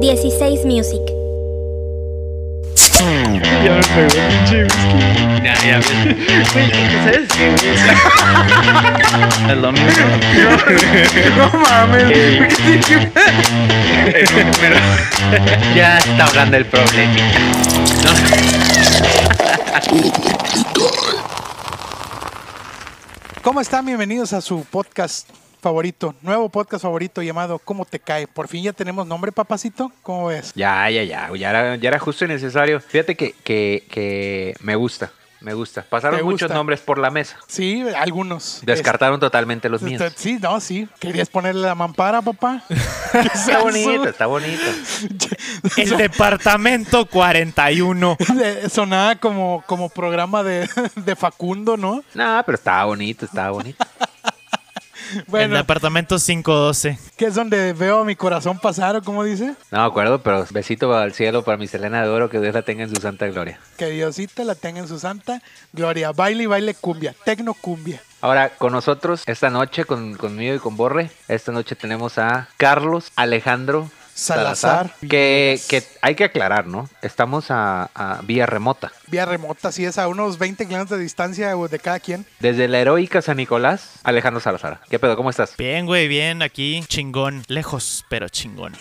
16 Music. Ya me pegó el pinche whisky. Ya, ya, güey. Güey, ¿sabes qué, güey? es lo mismo. No mames, güey. Sí, qué- Pero ya está hablando el problemita. ¿Cómo están? Bienvenidos a su podcast favorito, nuevo podcast favorito llamado ¿Cómo te cae? Por fin ya tenemos nombre, papacito. ¿Cómo ves? Ya, ya, ya, güey, ya era, ya era justo y necesario. Fíjate que, que, que me gusta, me gusta. Pasaron Te muchos gusta. nombres por la mesa. Sí, algunos. Descartaron totalmente los Este, míos. este, Sí, no, sí. ¿Querías ponerle la mampara, papá? Está bonito, Este- está bonito. El departamento 41. De- Sonaba como, como programa de, de Facundo, ¿no? No, pero estaba bonito, estaba bonito. El Bueno, departamento 512. que es donde veo a mi corazón pasar, o como dice. No me acuerdo, pero besito al cielo para mi Selena de Oro, que Dios la tenga en su santa gloria. Que Diosita la tenga en su santa gloria. Baile y baile cumbia, tecno cumbia. Ahora, con nosotros, esta noche, con, conmigo y con Borre, esta noche tenemos a Carlos Alejandro Salazar. Salazar. que, que hay que aclarar, ¿no? Estamos a, a vía remota. Vía remota, así es, a unos 20 kilómetros de distancia güey, de cada quien. Desde la heroica San Nicolás, Alejandro Salazar. ¿Qué pedo? ¿Cómo estás? Bien, güey, bien, aquí. Chingón. Lejos, pero chingón.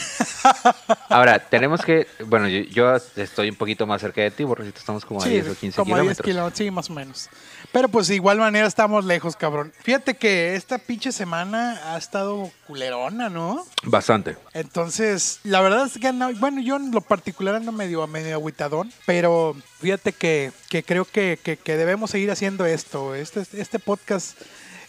Ahora, tenemos que. Bueno, yo, yo estoy un poquito más cerca de ti, Borrecito. Estamos como a 10 o 15 como a kilómetros. 10 kilómetros, sí, más o menos. Pero pues de igual manera estamos lejos, cabrón. Fíjate que esta pinche semana ha estado culerona, ¿no? Bastante. Entonces, la verdad es que, no- bueno, yo en lo particular ando medio, medio aguitadón, pero fíjate que, que creo que, que- que debemos seguir haciendo esto. Este, este podcast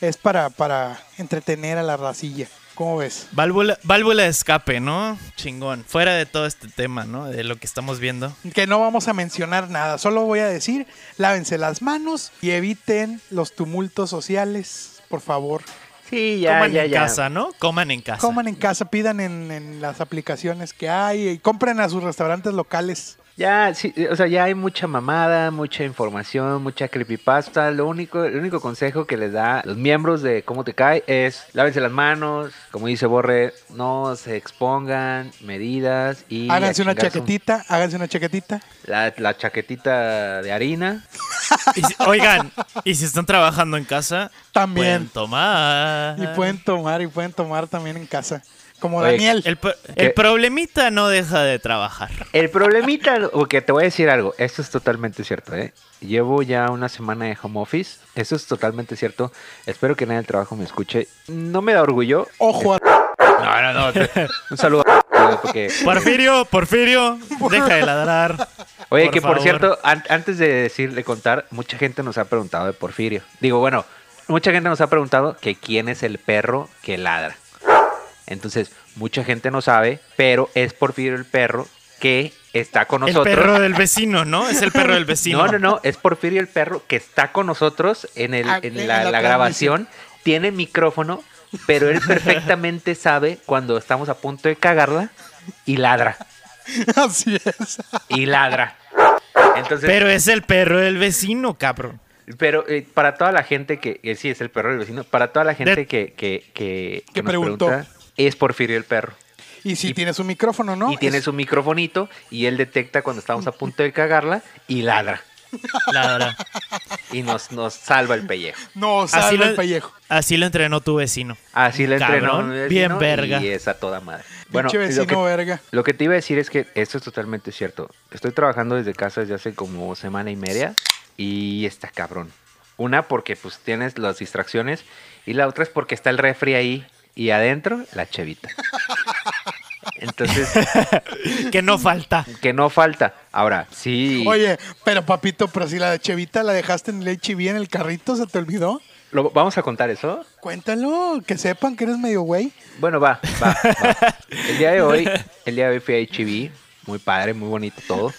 es para, para entretener a la racilla. ¿Cómo ves? Válvula, válvula de escape, ¿no? Chingón. Fuera de todo este tema, ¿no? De lo que estamos viendo. que no vamos a mencionar nada, solo voy a decir, lávense las manos y eviten los tumultos sociales, por favor. Sí, ya, Coman ya, en ya. casa, ¿no? Coman en casa. Coman en casa, pidan en, en las aplicaciones que hay y compren a sus restaurantes locales. Ya, sí, eh, o sea, ya hay mucha mamada, mucha información, mucha creepypasta. Lo único, el único consejo que les da los miembros de Cómo Te Cae es lávense las manos, como dice Borre, no se expongan, medidas y... háganse a una chingar su- chaquetita, háganse una chaquetita. La, la chaquetita de harina. Y si- oigan, y si están trabajando en casa, pueden También. tomar. Y pueden tomar, y pueden tomar también en casa. Como Oye, Daniel. El, pro- ¿Qué? el problemita no deja de trabajar. El problemita, porque te voy a decir algo, esto es totalmente cierto, ¿eh? Llevo ya una semana de home office, eso es totalmente cierto. Espero que nadie del trabajo me escuche. No me da orgullo. Ojo a... No, no, no. te- Un saludo. a- Porque Porfirio, Porfirio, deja de ladrar. Oye, Por que por favor. cierto, an- antes de decir, de contar, mucha gente nos ha preguntado de Porfirio. Digo, bueno, mucha gente nos ha preguntado que quién es el perro que ladra. Entonces, mucha gente no sabe, pero es Porfirio el perro que está con El nosotros. perro del vecino, ¿no? Es el perro del vecino. No, no, no, es Porfirio el perro que está con nosotros en, el, Ah, en en la, la la grabación. Tiene micrófono, pero él perfectamente sabe cuando estamos a punto de cagarla y ladra, Así es. y ladra. Entonces, Pero es el perro del vecino, cabrón. Pero eh, para toda la gente que, que sí es el perro del vecino, para toda la gente De- que, que, que, que Que nos preguntó. pregunta, es Porfirio el perro. Y si Y- tienes un micrófono, ¿no? y tiene Es- su microfonito y él detecta cuando estamos a punto de cagarla y ladra. Ladra. Y nos, nos salva el pellejo. No, Así salva Ah, lo, el pellejo. así lo entrenó tu vecino. Así le entrenó. Cabrón, mi vecino bien verga. Y es a toda madre. Bueno, Bueno, Pinche lo vecino que, verga. lo que te iba a decir es que esto es totalmente cierto. Estoy trabajando desde casa desde hace como semana y media y está cabrón. Una porque pues tienes las distracciones y la otra es porque está el refri ahí y adentro la chevita. Entonces, Que no falta. que no falta. Ahora, sí. Oye, pero papito, pero si la de Chevita la dejaste en el HIV en el carrito, ¿se te olvidó? ¿lo- ¿Vamos a contar eso? Cuéntalo, que sepan que eres medio güey. Bueno, va, va, va. El día de hoy, el día de hoy fui a HIV. Muy padre, muy bonito todo.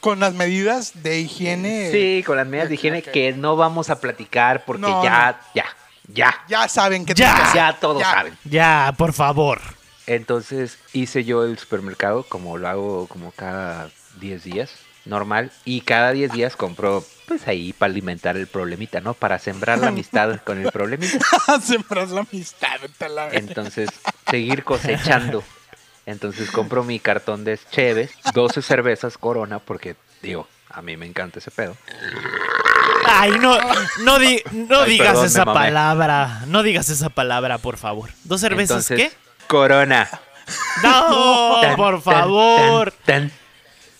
Con las medidas de higiene. Sí, con las medidas de higiene ok. que no vamos a platicar porque No, ya, ya, ya, Ya saben que Ya. tienen que hacer. ya todos Ah, Ya. saben. Ya, por favor. Entonces hice yo el supermercado como lo hago como cada 10 días, normal, y cada 10 días compro pues ahí para alimentar el problemita, ¿no? Para sembrar la amistad con el problemita. Sembrar la amistad, te la- Entonces, seguir cosechando Entonces compro mi cartón de Cheves, 12 cervezas Corona, porque digo, a mí me encanta ese pedo. Ay, no, no, di- no Ay, digas perdón, me esa mamé. palabra. No digas esa palabra, por favor. ¿Dos cervezas Entonces, qué? Corona. No, Tan, por tan, tan, favor. tan.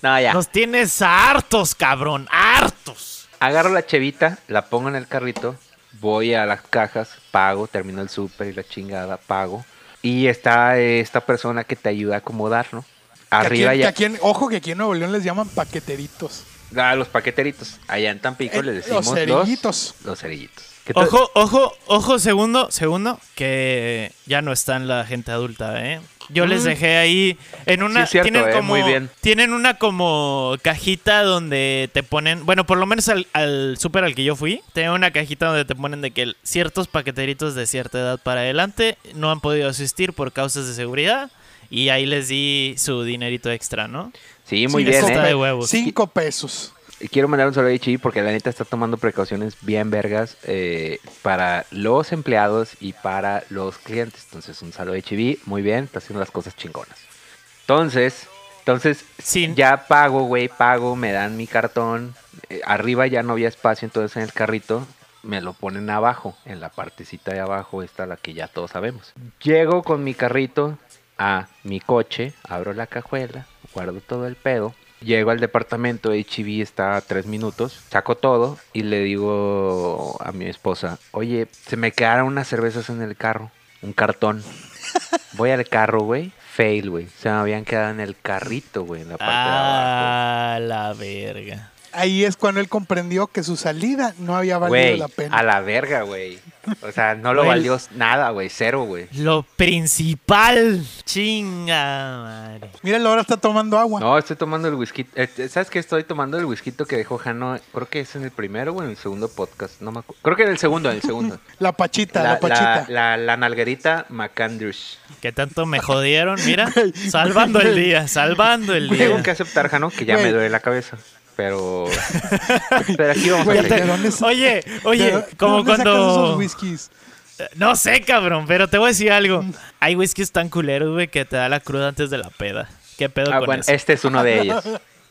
No, ya. Nos tienes hartos, cabrón. Hartos. Agarro la chevita, la pongo en el carrito, voy a las cajas, pago, termino el súper y la chingada, pago. Y está eh, esta persona que te ayuda a acomodar, ¿no? Que Arriba aquí, ya. que aquí en- ojo que aquí en Nuevo León les llaman paqueteritos. Ah, los paqueteritos. Allá en Tampico Eh, les los decimos los cerillitos. Los cerillitos. ¿Qué tal? Ojo, ojo, ojo, segundo, segundo, que ya no están la gente adulta, ¿eh? Yo les dejé ahí en una es cierto, tienen eh, como muy bien. tienen una como cajita donde te ponen, bueno, por lo menos al, al súper al que yo fui, tienen una cajita donde te ponen de que ciertos paqueteritos de cierta edad para adelante no han podido asistir por causas de seguridad y ahí les di su dinerito extra, ¿no? Sí, muy Sí, bien, eso está ¿eh? de huevos. Cinco pesos. Y Quiero mandar un saludo a Chibi porque la neta está tomando precauciones bien vergas eh, para los empleados y para los clientes. Entonces, un saludo a Chibi, muy bien, está haciendo las cosas chingonas. Entonces, entonces Sí. ya pago, güey, pago, me dan mi cartón. eh, arriba ya no había espacio, entonces en el carrito me lo ponen abajo, en la partecita de abajo, esta la que ya todos sabemos. Llego con mi carrito a mi coche, abro la cajuela, guardo todo el pedo. Llego al departamento, HB está a tres minutos, saco todo y le digo a mi esposa, oye, se me quedaron unas cervezas en el carro, un cartón. Voy al carro, güey, fail, güey. Se me habían quedado en el carrito, güey, en la parte de abajo. Ah, la verga. Ahí es cuando él comprendió que su salida no había valido Güey, la pena. a la verga, güey. O sea, no lo Güey. valió nada, güey, cero, güey. Lo principal, chinga madre. Míralo, ahora está tomando agua. No, estoy tomando el whisky. eh, eh, ¿Sabes qué? Estoy tomando el whisky que dejó Jano. Creo que es en el primero o en el segundo podcast. No me acuerdo. Creo que en el segundo, en el segundo. La pachita, la, La, pachita. la, la- la nalguerita McAndrews. Que tanto me jodieron, mira. Salvando el día, salvando el Tengo que día. aceptar, Jano, que ya Güey. me duele la cabeza. Pero. Pero aquí vamos Güey, a seguir. ¿de dónde sa- Oye, de- oye, de como dónde sacas esos cuando... whiskies? No sé, cabrón, pero te voy a decir algo. Hay whiskies tan culeros, güey, que te da la cruda antes de la peda. ¿Qué pedo Ah, con bueno, eso? este es uno de ellos.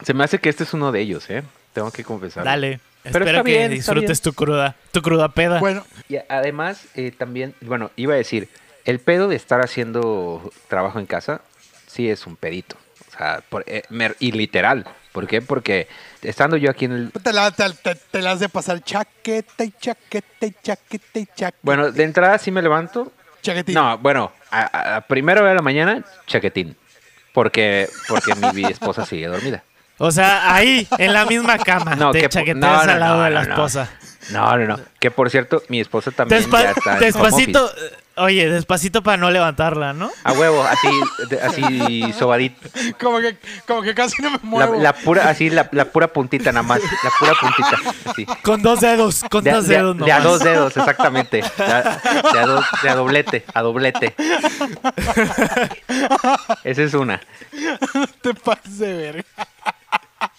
Se me hace que este es uno de ellos, ¿eh? Tengo que confesar. Dale, Pero espero está que bien, está disfrutes tu cruda, tu cruda peda. Bueno, Y además, eh, también, bueno, iba a decir, el pedo de estar haciendo trabajo en casa, sí es un pedito. O sea, por- eh, mer- y literal. ¿Por qué? Porque estando yo aquí en el... Pues te la, te, te- te la has de pasar chaqueta y chaqueta y chaqueta y chaqueta. Bueno, de entrada sí me levanto. Chaquetín. No, bueno, a, a- a primera hora de la mañana, chaquetín. Porque, porque mi esposa sigue dormida. O sea, ahí, en la misma cama, No, Ah, te que po- chaqueteas no, no, al lado no, de la no, no. esposa. No, no, no. Que por cierto, mi esposa también Despa- ya está en home despacito, office. eh, oye, despacito para no levantarla, ¿no? A huevo, así, de- así sobadito. Como, que, como que casi no me La, muevo. la pura, así, la, la pura puntita nada más. La pura puntita. Así. Con dos dedos, con De, a- dos de a- dedos de a nomás. dos dedos, exactamente. De a, de a do- de a doblete, a doblete. Esa es una. te pases de verga.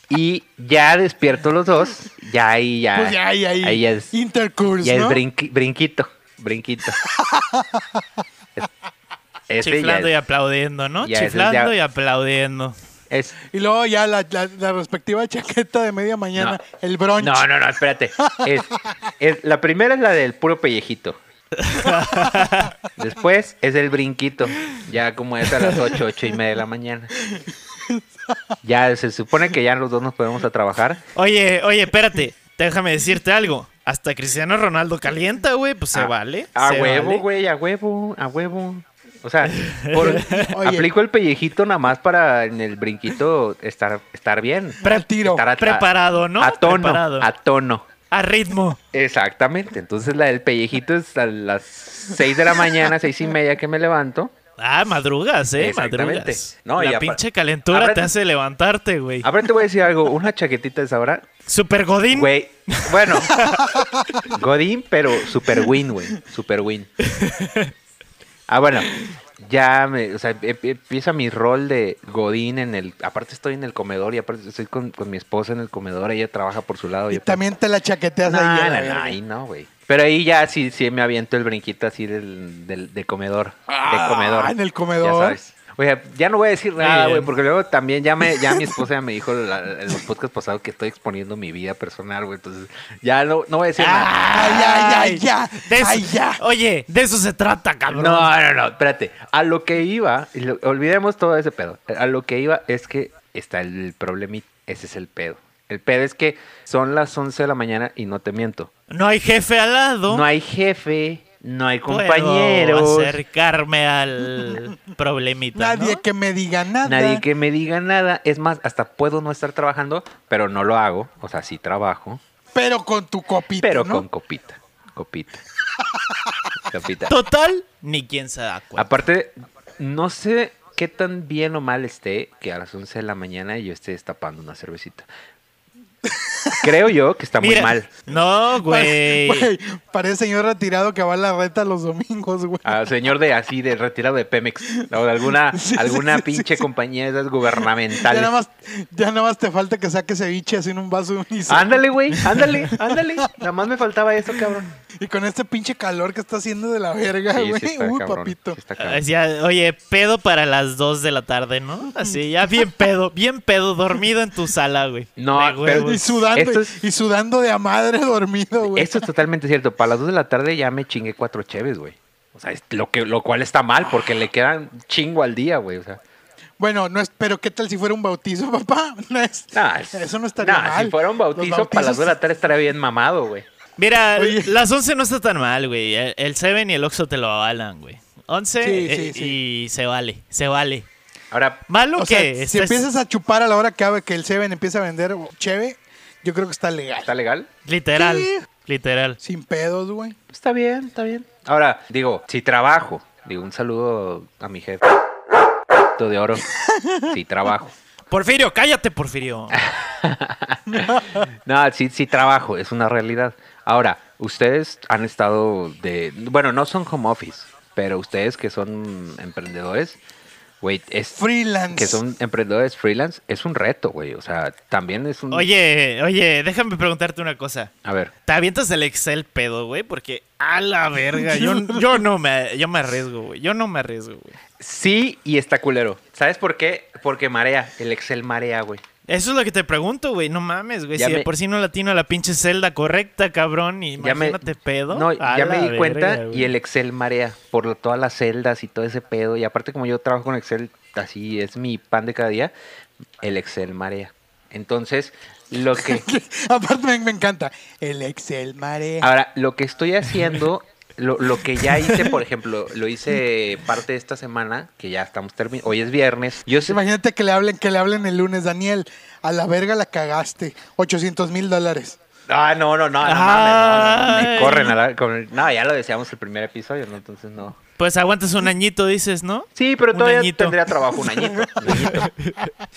Y ya despierto los dos. Ya ahí, ya. Pues ya, ahí, ahí. Ah, Ahí ya es, Intercourse, ya es ¿no? brinqui- brinquito. Brinquito. Ese ya Chiflando y es- aplaudiendo, ¿no? ya, ese es Chiflando ya- y aplaudiendo. es- Y luego ya la, la- la respectiva chaqueta de media mañana, No. el brunch. No, no, no, espérate. Es- es- la primera es la del puro pellejito. Después es el brinquito, ya como es a las 8, 8 y media de la mañana. Ya se supone que ya los dos nos podemos a trabajar. Oye, oye, espérate. Déjame decirte algo. Hasta Cristiano Ronaldo calienta, güey, pues se A- vale. Ah, A se huevo, vale. güey, a huevo, a huevo. O sea, por- Oye. aplico el pellejito nada más para en el brinquito estar, estar bien. Pre- Al tiro. Estar a- preparado, ¿no? A tono, Preparado. a tono. A ritmo. Exactamente. Entonces la del pellejito es a las 6 de la mañana, seis y media que me levanto. Ah, madrugas, eh, Exactamente. madrugas. No, y la apa- pinche calentura Habrá- te hace levantarte, güey. A ver, te voy a decir algo. Una chaquetita de sabra, Super Godín. güey. Bueno, Godín, pero super win, güey. Super win. Ah, bueno. Ya, me, o sea, em- empieza mi rol de Godín en el... Aparte estoy en el comedor y aparte estoy con, con mi esposa en el comedor. Ella trabaja por su lado. Y yo por- también te la chaqueteas No, ahí. a la no, no, verga. ahí no, güey. Pero ahí ya sí, sí me aviento el brinquito así del, del- de comedor. Ah, de comedor. en el comedor. Ya sabes. Oye, ya no voy a decir nada, güey, bien. porque luego también ya me, ya mi esposa ya me dijo la- en los podcasts pasados que estoy exponiendo mi vida personal, güey. Entonces, ya no, no voy a decir nada. Ay, ay, ay, ya. De eso- Ay, ya. Oye, de eso se trata, Ah, cabrón. No, no, no, espérate. A lo que iba, y lo- olvidemos todo ese pedo. A lo que iba es que está el problemita. Ese es el pedo. El pedo es que son las 11 de la mañana y no te miento. No hay jefe al lado. No hay jefe, no hay Puedo compañeros, acercarme al problemita. Nadie ¿no? que me diga nada. nadie que me diga nada. Es más, hasta puedo no estar trabajando, pero no lo hago. O sea, sí trabajo, Pero con tu copita, pero ¿no? con copita. Copita. copita. Total, ni quien se da cuenta. Aparte, no sé qué tan bien o mal esté que a las 11 de la mañana yo esté destapando una cervecita. Creo yo que está muy Mira, mal. No, Pare- güey. güey, Parece señor retirado que va a la reta los domingos, güey. Al señor de así, de retirado de Pemex, o de alguna, Sí, sí, alguna sí, pinche sí, sí. compañía de esas Ya gubernamentales. nada, más, ya nada más te falta que saque ceviche así en un vaso y, se- Ándale, güey, ándale, ándale. Nada más me faltaba eso, cabrón. y con este pinche calor que está haciendo de la verga, Sí, güey. sí está, Uy, cabrón, papito. sí está cabrón. Decía, oye, pedo para las 2 de la tarde, ¿no? Así, ya bien pedo, bien pedo, dormido en tu sala, güey. No, De pero- huevos. Y sudando, Esto es- y sudando de a madre dormido, güey. Esto es totalmente cierto. Para las 2 de la tarde ya me chingué cuatro cheves, güey. O sea, es lo, que, lo cual está mal porque le quedan chingo al día, güey. O sea, Bueno, no es, pero ¿qué tal si fuera un bautizo, papá? No es- nah, es- eso no estaría nah, mal. Si fuera un Los bautizo, para las 2 de la bautizos- tarde estaría bien mamado, güey. Mira, Oye. las 11 no está tan mal, güey. El- El 7 y el Oxxo te lo avalan, güey. 11 Sí, eh, sí, sí. y se vale, se vale. Ahora, Malo O que sea, si estés- empiezas a chupar a la hora que, abre- que el Seven empieza a vender cheve, yo creo que está legal. ¿está legal? literal, Sí. literal. Sin pedos, güey. Está bien, está bien. Ahora, digo, si trabajo, digo, un saludo a mi jefe. Todo de oro. Si trabajo. Porfirio, cállate, Porfirio. No, sí, sí trabajo, es una realidad. Ahora, ustedes han estado de... Bueno, no son home office, pero ustedes que son emprendedores, güey, es... Freelance. Que son emprendedores freelance, es un reto, güey. O sea, también es un... Oye, oye, déjame preguntarte una cosa. A ver, Te avientas el Excel pedo, güey, porque a la verga, yo, yo no me, yo me arriesgo, güey. Yo no me arriesgo, güey. sí y está culero. ¿Sabes por qué? Porque marea, el Excel marea, güey. Eso es lo que te pregunto, güey. No mames, güey. Ya Si de me- por sí no latino la pinche celda correcta, cabrón. y Ya me- Imagínate pedo. No, A ya me la di verga, cuenta güey. y el Excel marea por lo- todas las celdas y todo ese pedo. Y aparte como yo trabajo con Excel, así es mi pan de cada día, el Excel marea. Entonces, lo que... Aparte, me, me encanta. El Excel mare. Ahora, lo que estoy haciendo, lo, lo que ya hice, por ejemplo, lo hice parte de esta semana, que ya estamos terminando, hoy es viernes. Yo sé, Imagínate que le hablen, que le hablen el lunes, Daniel. A la verga la cagaste. 800 mil dólares. Ah, no, no, no, no, mames, no, no, no, me Ay. corren a la- con el- No, ya lo deseamos el primer episodio, ¿no? Entonces no. Pues aguantas un añito, dices, ¿no? Sí, pero Un todavía añito. tendría trabajo un añito. un añito.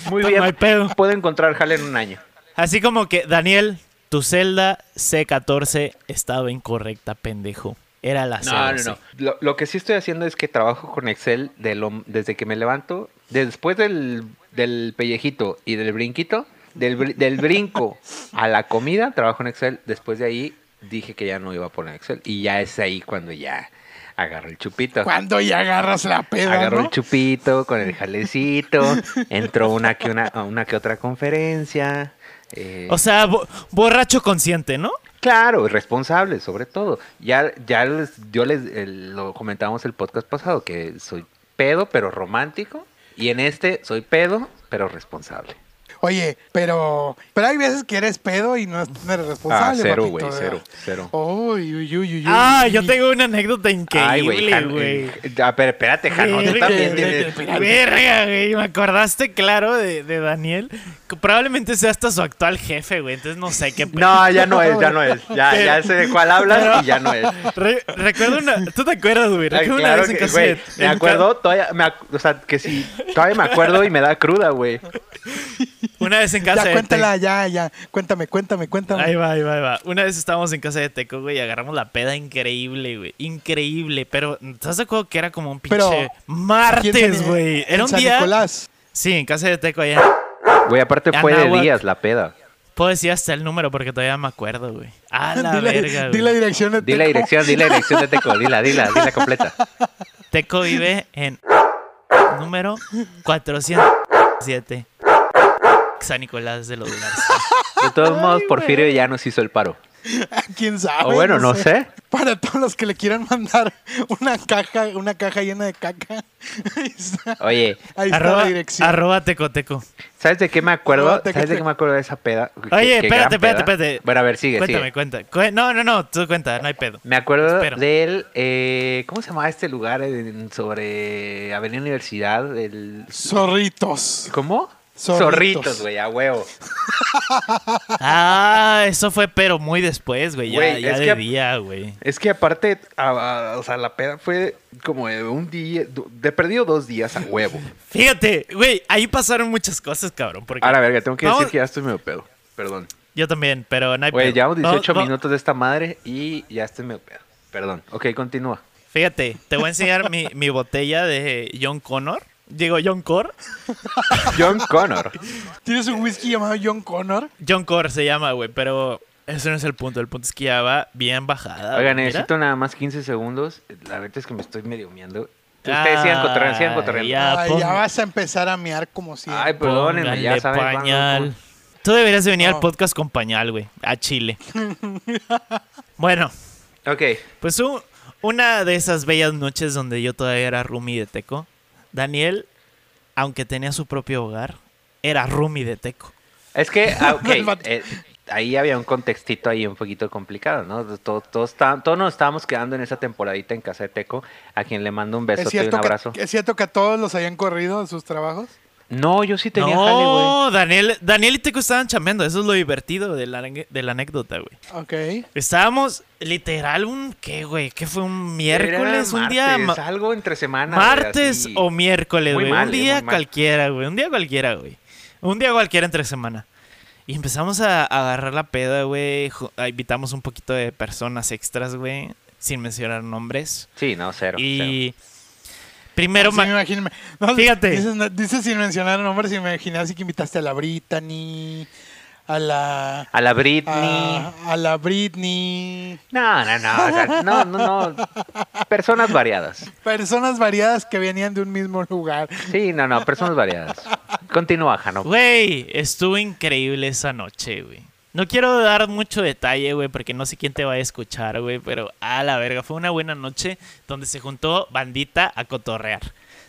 Muy No hay bien. pedo. Puedo encontrar jale en un año. Así como que, Daniel, tu celda C14 estaba incorrecta, pendejo. Era la No, celda. no, no. Lo, lo que sí estoy haciendo es que trabajo con Excel de lo- desde que me levanto, después del, del pellejito y del brinquito, del, bri- del brinco a la comida, trabajo en Excel. Después de ahí dije que ya no iba a poner Excel y ya es ahí cuando ya agarro el chupito. Cuando ya agarras la peda, Agarro ¿no? el chupito con el jalecito, entró una que, una, a una que otra conferencia. eh, O sea, bo- borracho consciente, ¿no? Claro, responsable sobre todo. Ya, ya les- yo les eh, lo comentábamos el podcast pasado, que soy pedo pero romántico. Y en este soy pedo pero responsable. Oye, pero, pero hay veces que eres pedo y no no eres responsable. Pues papito, ¿verdad? Ah, cero. Uy, uy, uy, uy, uy. Ah, yo tengo una anécdota Ay, güey, increíble, Jano, güey. eh, ah, pero espérate, Jano, tú Verga, también verga, tienes- verga. Verga, güey. Me acordaste, claro, de, de Daniel. que Probablemente sea hasta su actual jefe, güey. Entonces no sé qué. pe- No, ya no es, ya no es. Ya, ya sé de cuál hablas y ya no es. Re- recuerdo una. ¿Tú te acuerdas, güey? Ay, Recuerdo una claro vez en que, casa güey, de- me en acuerdo, todavía, me ac- o sea, que si todavía me acuerdo y me da cruda, güey. ca- Una vez en casa ya de cuéntala, ya, ya. Cuéntame, cuéntame, Teco. cuéntame. Ahí va, ahí va, ahí va. Una vez estábamos en casa de Teco, güey, y agarramos la peda increíble, güey. Increíble. Pero, ¿estás de acuerdo que era como un pinche Pero, Aquí en San- martes, güey? en Era un San día. Nicolás. Sí, en casa de Teco allá. Güey, aparte fue de Anáhuac. días la peda. Puedo decir hasta el número porque todavía me acuerdo, güey. A la Di la, verga, güey. di la dirección de Di la Teco. dirección, di la dirección de Teco, dila, dila, dila completa. Teco vive en número 407. San Nicolás de los Garza. De todos modos, Porfirio ya nos hizo el paro. ¿Quién sabe? O bueno, no sé. Para todos los que le quieran mandar una caja, una caja llena de caca. Ahí está, Oye, ahí está Arroba, la dirección. arroba Tecoteco. ¿sabes de qué me acuerdo? No, te- ¿Sabes de qué me acuerdo de esa peda? Qué- Oye, qué espérate, gran espérate, peda. espérate. Bueno, a ver, sigue, cuéntame, sigue. cuenta. Cu- No, no, no, tú cuenta, no hay pedo. Me acuerdo Espero. del. eh, ¿Cómo se llamaba este lugar en- sobre Avenida Universidad? El, Zorritos. ¿Cómo? Zorritos. Zorritos, güey, a huevo. Ah, eso fue, pero muy después, güey. Ya, Güey, ya es de que- día, güey. Es que aparte, a- a- o sea, la peda fue como de un día, du- de perdido dos días a huevo. Fíjate, güey, ahí pasaron muchas cosas, cabrón. Porque Ahora, verga, tengo que decir Vamos- que ya estoy medio pedo. Perdón. Yo también, pero no hay Güey, pedo. llevamos No, 18 no, minutos de esta madre y ya estoy medio pedo. Perdón. Ok, continúa. Fíjate, te voy a enseñar mi, mi botella de John Connor. Digo, John Cor. John Connor. ¿Tienes un whisky llamado John Connor? John Cor se llama, güey, pero eso no es el punto. El punto es que ya va bien bajada. Oigan, Ah, mira. necesito nada más 15 segundos. La verdad es que me estoy medio miando. Ustedes sigan cotorreando, sigan Ah, cotorreando. ya. Ah, Ay, pon- ya vas a empezar a mear como si. Ay, perdónenme, ya Pónganle saben. cuándo- pañal. Tú deberías de venir al No. podcast con pañal, güey, a Chile. bueno, Ok, pues un- una de esas bellas noches donde yo todavía era roomie de Teco, Daniel, aunque tenía su propio hogar, era roomie de Teco. es que, ah, ok, El vato. eh, ahí había un contextito ahí un poquito complicado, ¿no? Todos, todos, está- todos nos estábamos quedando en esa temporadita en casa de Teco, a quien le mando un ¿Es besote y un cierto, abrazo. que, ¿Es cierto que a todos los habían corrido de sus trabajos? No, yo sí tenía jale, güey. no, Daniel, Daniel y Teco estaban chambeando, eso es lo divertido de la, de la anécdota, güey. Ok. Estábamos literal un, ¿qué, güey? ¿Qué fue un miércoles? Era un día... ma- martes, algo entre semana. güey, Martes así. o miércoles, Muy güey. mal, Un eh, día muy mal. cualquiera, güey. Un día cualquiera, güey. Un día cualquiera entre semana. Y empezamos a, a agarrar la peda, güey. Ju- a- Invitamos un poquito de personas extras, güey. Sin mencionar nombres. Sí, no, cero. cero. y primero, Sí, ma- me imagino. No, Fíjate. Dices, no- dices sin mencionar nombres, sin imaginar así que invitaste a la Brittany, a la. A la Britney. Ah. A, a la Britney. No, no, no, o sea, no, no, no. Personas variadas. Personas variadas que venían de un mismo lugar. Sí, no, no, personas variadas. Continúa, Jano. güey, estuvo increíble esa noche, güey. No quiero dar mucho detalle, güey, porque no sé quién te va a escuchar, güey, pero a la verga, fue una buena noche donde se juntó bandita a cotorrear.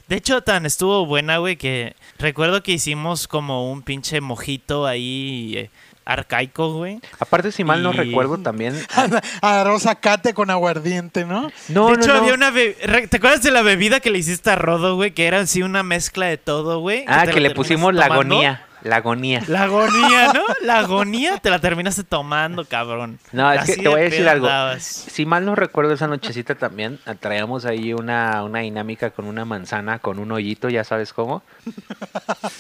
De hecho, tan estuvo buena, güey, que recuerdo que hicimos como un pinche mojito ahí eh, arcaico, güey. Aparte, si mal no Y- recuerdo, también. Ah, A, la- a Rosa Cate con aguardiente, ¿no? No, de no, hecho, no. había una... be- re- ¿Te acuerdas de la bebida que le hiciste a Rodo, güey? Que era así una mezcla de todo, güey. Ah, que te la le terminas pusimos la tomando. agonía. La agonía. La agonía, ¿no? La agonía te la terminaste tomando, cabrón. No, es Así que te voy a de decir pedo algo. andabas. Si mal no recuerdo, esa nochecita también ah, traíamos ahí una, una dinámica con una manzana, con un hoyito, ya sabes cómo.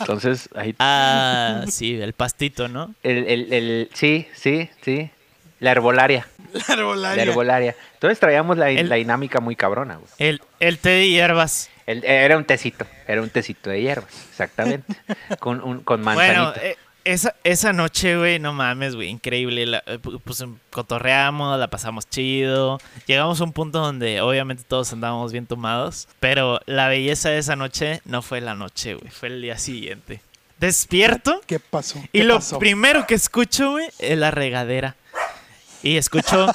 Entonces, ahí. Ah, sí, el pastito, ¿no? El, el, el, sí, sí, sí. La herbolaria. La La herbolaria. herbolaria. Entonces traíamos la, El- la dinámica muy cabrona, güey. El, el té de hierbas. El- era un tecito, era un tecito de hierbas, exactamente. con, un, con Bueno, manzanita. eh, esa, esa noche, güey, no mames, güey, increíble. La- eh, pu- pues em, cotorreamos, la pasamos chido. Llegamos a un punto donde obviamente todos andábamos bien tomados. Pero la belleza de esa noche no fue la noche, güey, fue el día siguiente. Despierto ¿Qué pasó? Y ¿Qué lo pasó? primero que escucho, güey, es la regadera. Y escucho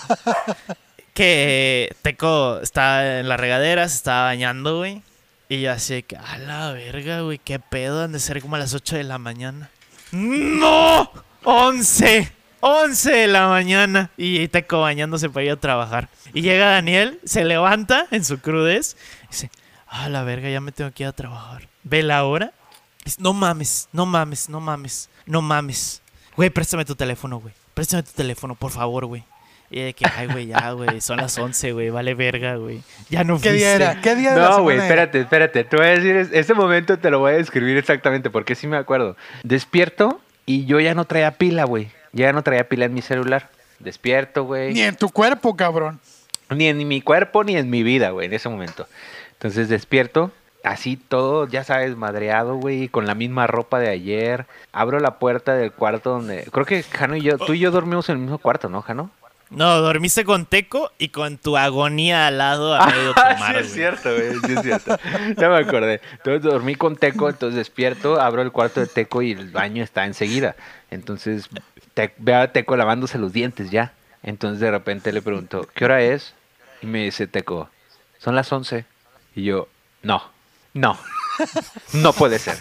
que Teco está en la regadera, se está bañando, güey. Y yo así de que, a la verga, güey, qué pedo, han de ser como a las 8 de la mañana. ¡No! ¡11! ¡11 de la mañana! Y Teco bañándose para ir a trabajar. Y llega Daniel, se levanta en su crudez. y Dice, a la verga, ya me tengo que ir a trabajar. Ve la hora Dice, No mames, no mames, no mames, no mames. Güey, préstame tu teléfono, güey. Préstame tu teléfono, por favor, güey. Y de que, ay, güey, ya, güey, son las 11, güey, vale verga, güey. Ya no ¿Qué día fuiste". era? ¿Qué día de la No, güey, semana era? espérate, espérate. Te voy a decir, es- ese momento te lo voy a describir exactamente porque sí me acuerdo. Despierto y yo ya no traía pila, güey. Ya no traía pila en mi celular. Despierto, güey. Ni en tu cuerpo, cabrón. ni en mi cuerpo ni en mi vida, güey, en ese momento. Entonces despierto, así todo, ya sabes, madreado, güey, con la misma ropa de ayer. Abro la puerta del cuarto donde. Creo que Jano y yo, tú y yo dormimos en el mismo cuarto, ¿no, Jano? No, dormiste con Teco y con tu agonía al lado a medio Ah, tomar. sí es güey. cierto, güey, sí es cierto. Ya me acordé. Entonces dormí con Teco, entonces despierto, abro el cuarto de Teco y el baño está enseguida. Entonces te- veo a Teco lavándose los dientes ya. Entonces de repente le pregunto, ¿qué hora es? Y me dice Teco, son las 11. Y yo, no, no, no puede ser.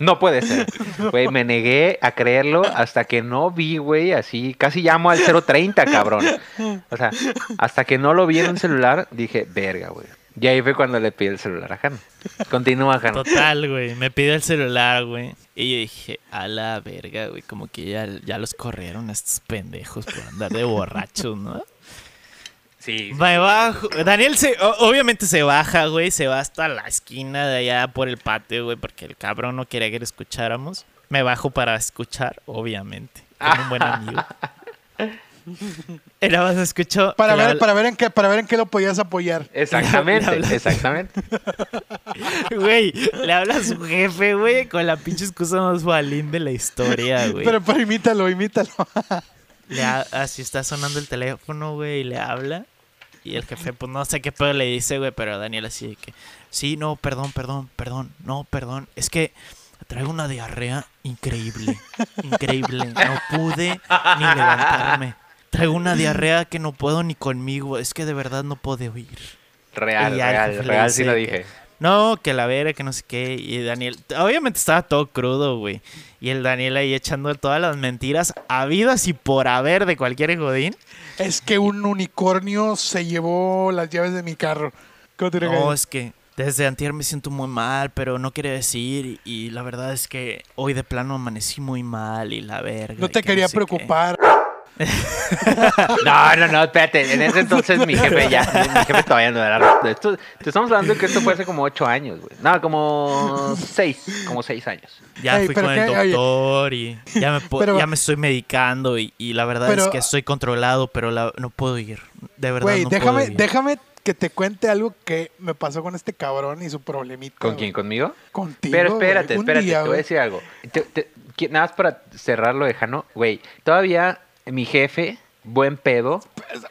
No puede ser. Güey, me negué a creerlo hasta que no vi, güey, así. Casi llamo al 030, cabrón. O sea, hasta que no lo vi en un celular, dije, verga, güey. Y ahí fue cuando le pedí el celular a Jano. Continúa, Jano. Total, güey. Me pide el celular, güey. Y yo dije, a la verga, güey. Como que ya, ya los corrieron a estos pendejos por andar de borrachos, ¿no? Sí. Me bajo. Daniel se, o- obviamente se baja, güey. Se va hasta la esquina de allá por el patio, güey. Porque el cabrón no quería que lo escucháramos. Me bajo para escuchar, obviamente. Como un buen amigo. Era más escucho. Para que la- ver, para ver en qué, para ver en qué lo podías apoyar. Exactamente, Le hablas- exactamente. Güey, le habla a su jefe, güey, con la pinche excusa más balín de la historia, güey. Pero, pero imítalo, imítalo. Le ha- así está sonando el teléfono, güey, y le habla. Y el jefe, pues no sé qué pedo le dice, güey, pero Daniel así de que, sí, no, perdón, perdón, perdón, no, perdón. Es que traigo una diarrea increíble, increíble. No pude ni levantarme. Traigo una diarrea que no puedo ni conmigo. Es que de verdad no puedo ir. Real, Y ya el real, jefe le real, sí dice lo que- dije. No, que la vera, que no sé qué. Y Daniel, obviamente estaba todo crudo, güey. Y el Daniel ahí echando todas las mentiras habidas y por haber de cualquier godín. Es que un unicornio se llevó las llaves de mi carro. Continúa, No, Gael. es que desde antier me siento muy mal, pero no quiere decir. Y la verdad es que hoy de plano amanecí muy mal y la verga. no y te que quería sé qué. preocupar. No, no, no, espérate. En ese entonces mi jefe ya, mi jefe todavía no era. Esto, te estamos hablando que esto fue hace como ocho años, güey. No, como seis, como seis años. Ya Ey, fui pero con el que- oye. doctor y ya me, po- Pero- ya me estoy medicando. Y, y la verdad es Pero- que estoy controlado, pero la- no puedo ir. De verdad, Güey, no déjame, puedo ir. déjame que te cuente algo que me pasó con este cabrón y su problemita. ¿Con güey. quién? ¿Conmigo? Contigo. Pero espérate, güey. Un espérate, día, te voy a güey. decir algo. Te- te- que- nada más para cerrarlo de Jano, güey. Todavía mi jefe, buen pedo,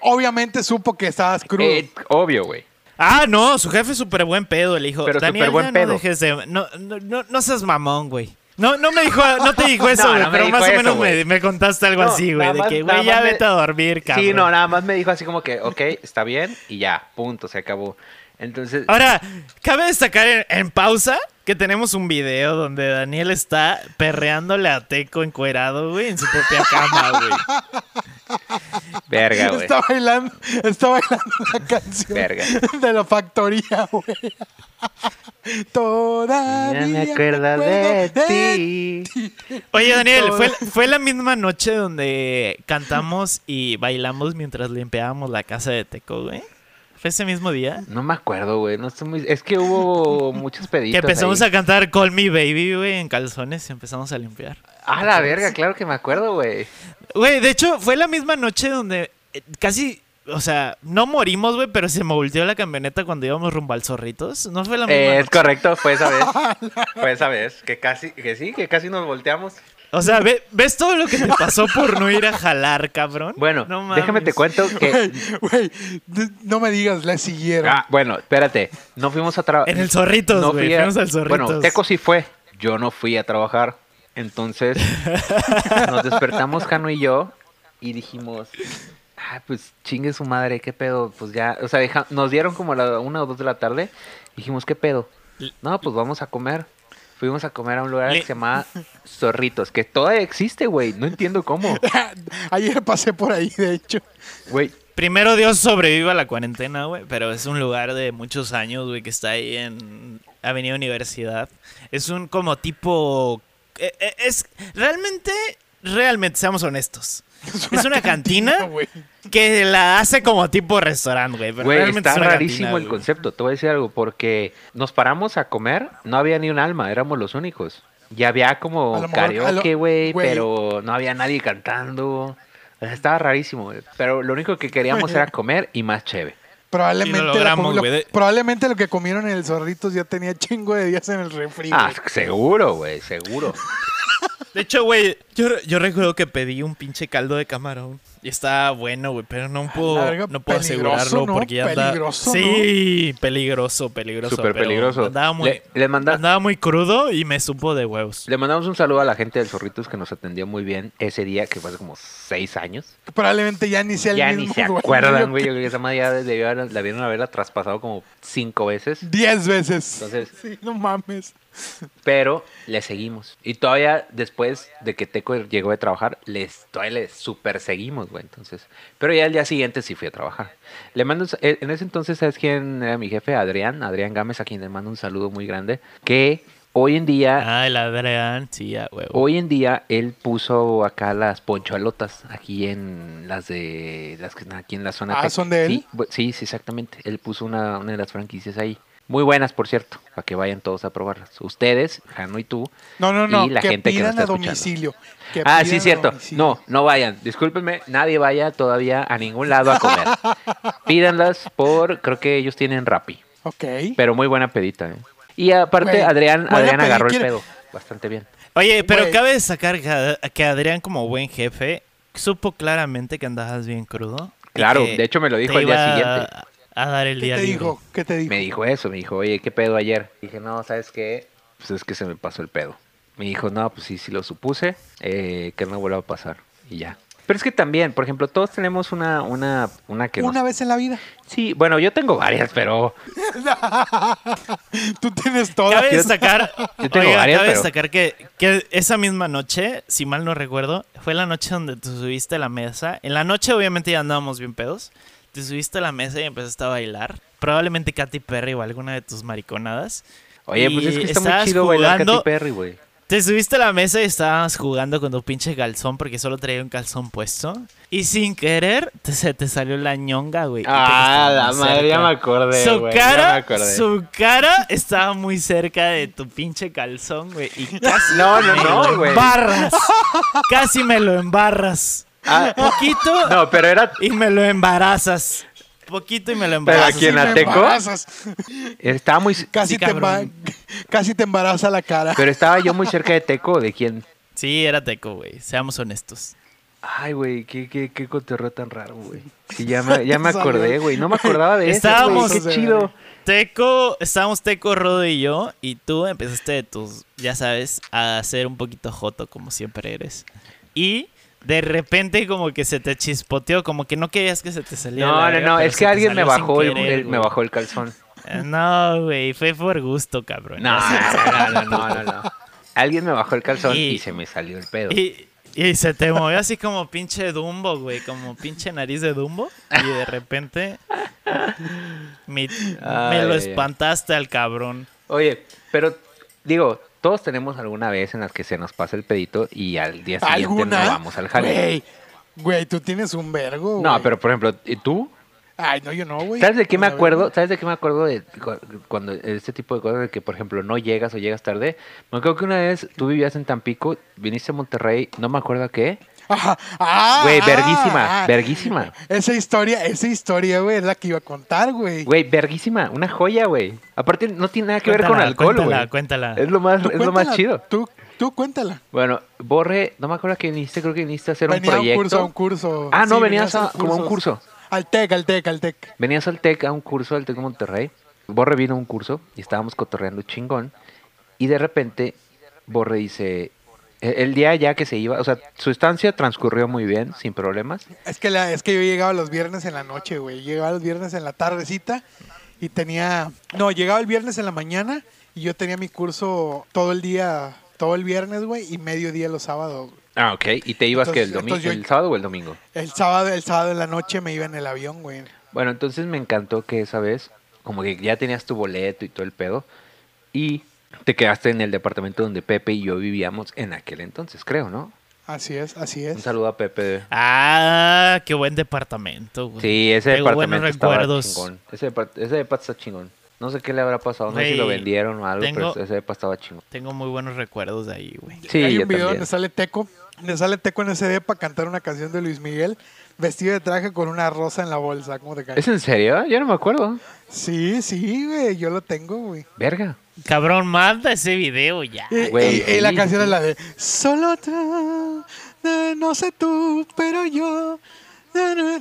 Obviamente supo que estabas crudo. eh, obvio, güey. Ah, no, su jefe es súper buen pedo, le dijo. Pero Daniel, súper buen ya pedo". No, dejes de- no, no, no- no seas mamón, güey. No, no me dijo, no te dijo eso, No, güey, no me pero dijo más eso, o menos me, güey. me contaste algo No, así, güey, nada de más- que, nada güey, ya más me- vete a dormir, cabrón. Sí, no, nada más me dijo así como que, ok, está bien, y ya, punto, se acabó. Entonces, Ahora, cabe destacar en, en pausa que tenemos un video donde Daniel está perreándole a Teco encuerado, güey, en su propia cama, güey. verga, güey. Está bailando, está bailando la canción Verga. de la factoría, güey. Todavía Ya me acuerdo de ti. Oye, Daniel, ¿fue, fue la misma noche donde cantamos y bailamos mientras limpiábamos la casa de Teco, güey. ¿Fue ese mismo día? No me acuerdo, güey. No estoy muy... Es que hubo muchos Que pedidos. empezamos ahí. a cantar Call Me Baby, güey, en calzones y empezamos a limpiar. Ah, la verga, claro que me acuerdo, güey. Güey, de hecho, fue la misma noche donde eh, casi, o sea, no morimos, güey, pero se me volteó la camioneta cuando íbamos rumbo al Zorritos. No fue la misma Eh, es noche? correcto, fue esa vez. Fue esa vez. Que casi, que sí, que casi nos volteamos. O sea, ve- ¿ves todo lo que te pasó por no ir a jalar, cabrón? Bueno, No mames. déjame te cuento que. Güey, d- no me digas, la siguieron. Ah, bueno, espérate. No fuimos a trabajar. En el Zorritos, güey, fui a- fuimos al Zorritos. Bueno, Teco sí fue. Yo no fui a trabajar. Entonces, nos despertamos Jano y yo y dijimos. Ah, pues chingue su madre, qué pedo. Pues ya, o sea, deja- nos dieron como la una o dos de la tarde. Dijimos, qué pedo. No, pues vamos a comer. Fuimos a comer a un lugar Le- que se llamaba Zorritos, que todavía existe, güey. No entiendo cómo. Ayer pasé por ahí, de hecho. Güey, Primero Dios sobreviva a la cuarentena, güey, pero es un lugar de muchos años, güey, que está ahí en Avenida Universidad. Es un como tipo... eh, eh, Es realmente, realmente, seamos honestos. Es una, cantina güey. que la hace como tipo restaurante, güey. pero Güey, realmente está es una rarísimo cantina, el güey. concepto. Te voy a decir algo, porque nos paramos a comer, no había ni un alma, éramos los únicos. Y había como A lo mejor- a lo- karaoke, güey, güey. pero no había nadie cantando. O sea, estaba rarísimo, güey. Pero lo único que queríamos era comer y más chévere. Probablemente, Y lo la logramos, comi- lo- güey, de- probablemente lo que comieron en el Zorritos ya tenía chingo de días en el refri. Ah, güey. seguro, güey, seguro. De hecho, güey, yo, yo recuerdo que pedí un pinche caldo de camarón Y está bueno, güey, pero no puedo, la verga, no puedo peligroso, asegurarlo ¿no? porque ya anda... Peligroso, Sí, peligroso, peligroso. Súper pero peligroso. Andaba muy, Le, le manda- andaba muy crudo y me supo de huevos. le mandamos un saludo a la gente del Zorritos que nos atendió muy bien ese día, que fue hace como seis años. Probablemente ya ni sea el ya mismo. ni se dueño acuerdan, güey. que- Yo creo que esa madre ya debió haber- la vieron haberla traspasado como cinco veces. Diez veces. Entonces- sí, no mames. Pero le seguimos. Y todavía después de que Teco llegó de trabajar, les, todavía le super seguimos, güey. Entonces, pero ya al día siguiente sí fui a trabajar. Le mando un sa- eh, en ese entonces, ¿sabes quién era mi jefe? Adrián, Adrián Gámez, a quien le mando un saludo muy grande. Que hoy en día, Ah, el Adrián, sí, a huevo. hoy en día, él puso acá las poncholotas, aquí en las de las que aquí en la zona. Ah, tec- ¿son de él? Sí, bu- Sí, sí, exactamente. Él puso una, una de las franquicias ahí. Muy buenas, por cierto, para que vayan todos a probarlas. Ustedes, Jano y tú, No, no, Y no. la que gente que nos pidan está a escuchando. domicilio. que Ah, pidan sí, a cierto. domicilio. No, no vayan. Discúlpenme, nadie vaya todavía a ningún lado a comer. Pídanlas por, creo que ellos tienen Rappi. Ok. Pero muy buena pedita, ¿eh? Y aparte, Güey, Adrián, voy a Adrián pedir, agarró el quiere- pedo bastante bien. Oye, pero Güey. cabe destacar que Ad- que Adrián, como buen jefe, supo claramente que andabas bien crudo. y Claro, que de hecho me lo te dijo el día iba siguiente. A, a dar el ¿Qué día te libre. dijo? ¿Qué te dijo? Me dijo eso, me dijo, oye, ¿qué pedo ayer? Dije, no, ¿sabes qué? Pues es que se me pasó el pedo. Me dijo, no, pues sí, sí lo supuse, eh, que no vuelva a pasar. Y ya. Pero es que también, por ejemplo, todos tenemos una, una, una que Una nos- vez en la vida. Sí, bueno, yo tengo varias, pero... Tú tienes todo. Cabe yo- destacar, yo tengo oiga, varias, cabe pero- destacar que, que esa misma noche, si mal no recuerdo, fue la noche donde tú subiste a la mesa. En la noche, obviamente, ya andábamos bien pedos. Te subiste a la mesa y empezaste a bailar. Probablemente Katy Perry o alguna de tus mariconadas. Oye, pues Y es que está muy estabas chido bailar Katy jugando- Perry, güey. Te subiste a la mesa y estabas jugando con tu pinche calzón porque solo traía un calzón puesto. Y sin querer, te- se te salió la ñonga, güey. y te Ah, estaba muy cerca. acordé, Su cara, su cara estaba muy cerca de tu pinche calzón, güey. Y casi No, no, me no, lo güey. embarras. Casi me lo embarras. Poquito Ah. No, pero era... y me lo embarazas. Poquito y me lo Pero embarazas. aquí en Casi me Ateco. embarazas. Estaba muy... Casi, Sí, te emba- casi te embaraza la cara. Pero estaba yo muy cerca de Teco, de quien... Sí, era teco, güey. Seamos honestos. Ay, güey, qué, qué, qué cotorreo tan raro, güey. Sí, ya me, ya me acordé, güey. No me acordaba de eso. Estábamos- Qué chido. Teco, estábamos Teco, Rodo y yo, y tú empezaste de tus, ya sabes, a ser un poquito joto, como siempre eres. Y de repente como que se te chispoteó, como que no querías que se te saliera. la No, no, verga, no. pero Es se que te alguien me salió sin bajó, el, querer, el- me güey. bajó el calzón. Eh, No, güey, fue por gusto, cabrón. No, Así es. no, no, no, no, no. Alguien me bajó el calzón Y- y, se me salió el pedo. Y, y se te movió así como pinche Dumbo, güey, como pinche nariz de Dumbo. Y de repente mi- Ay, me lo ay, ay. espantaste al cabrón. Oye, pero digo, todos tenemos alguna vez en las que se nos pasa el pedito y al día siguiente ¿Alguna? no vamos al jale. Güey, güey, tú tienes un vergo. No, güey. pero por ejemplo, ¿y ¿tú? Ay, no, yo no, güey. ¿Sabes de qué me A ver, acuerdo? ¿Sabes de qué me acuerdo de cu- cuando este tipo de cosas de que, por ejemplo, no llegas o llegas tarde? Me acuerdo que una vez tú vivías en Tampico, viniste a Monterrey, no me acuerdo a qué. Ajá, ah, Güey, ah, verguísima, ah. verguísima. Esa historia, esa historia, güey, es la que iba a contar, güey. Güey, verguísima, una joya, güey. Aparte, no tiene nada que ver con Cuéntala, alcohol, cuéntala, güey. cuéntala. Es lo más, Tú es lo más cuéntala, chido. Tú, tú cuéntala. Bueno, Borre, no me acuerdo a qué viniste, creo que viniste a hacer Venía un a un proyecto. curso, a un curso. Ah, no, Sí, venías venía a- hacer como a un cursos. curso. Al TEC, al TEC, al TEC. Venías al TEC a un curso del TEC Monterrey. Borre vino a un curso y estábamos cotorreando chingón. Y de repente, Borre dice... e- El día ya que se iba, o sea, su estancia transcurrió muy bien, sin problemas. Es que, la, es que yo llegaba los viernes en la noche, güey. Llegaba los viernes en la tardecita y tenía... No, llegaba el viernes en la mañana y yo tenía mi curso todo el día, todo el viernes, güey, y mediodía los sábados. güey. Ah, ok. ¿Y te ibas que el Entonces, domingo, entonces yo- el sábado o el domingo? El sábado, el sábado en la noche me iba en el avión, güey. Bueno, entonces me encantó que esa vez, como que ya tenías tu boleto y todo el pedo, y te quedaste en el departamento donde Pepe y yo vivíamos en aquel entonces, creo, ¿no? Así es, así Un es. saludo a Pepe. Ah, qué buen departamento, güey. Sí, ese Qué departamento Pues, buenos estaba recuerdos. chingón. Ese, depart- ese depa está chingón. No sé qué le habrá pasado, no sé si Güey, lo vendieron o algo, tengo- pero ese depa estaba chingón. Tengo muy buenos recuerdos de ahí, güey. Sí, Hay yo un video también. donde sale Teco, donde sale Teco en ese depa cantar una canción de Luis Miguel vestido de traje con una rosa en la bolsa. ¿Cómo te cae? ¿Es en serio? Yo no me acuerdo. Sí, sí, güey, yo lo tengo, güey. Verga. Cabrón, manda ese video ya. Y, Güey, y- y Eh, la sí, canción sí. eh, es la de Solo tú, de no sé tú, pero yo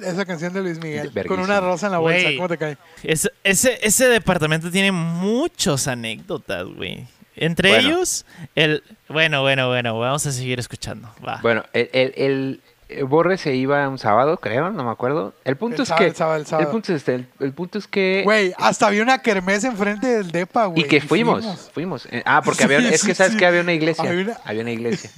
Esa canción de Luis Miguel. Con Verguísima. una rosa en la bolsa. Güey. ¿Cómo te cae? Es- ese, ese departamento tiene muchas anécdotas, güey. Entre Bueno. ellos, el... Bueno, bueno, bueno, vamos a seguir escuchando. Va. Bueno, el, el- el- eh, Borre se iba un sábado, creo, no me acuerdo. El punto El es sábado, que. el sábado, el sábado. punto es este, el- el punto es eh, que. Güey, hasta había una kermés enfrente del depa, güey. y que fuimos, fuimos. Eh, Ah, porque había, Sí, es que sí, sabes sí. que había una iglesia. Había Había una- una, iglesia.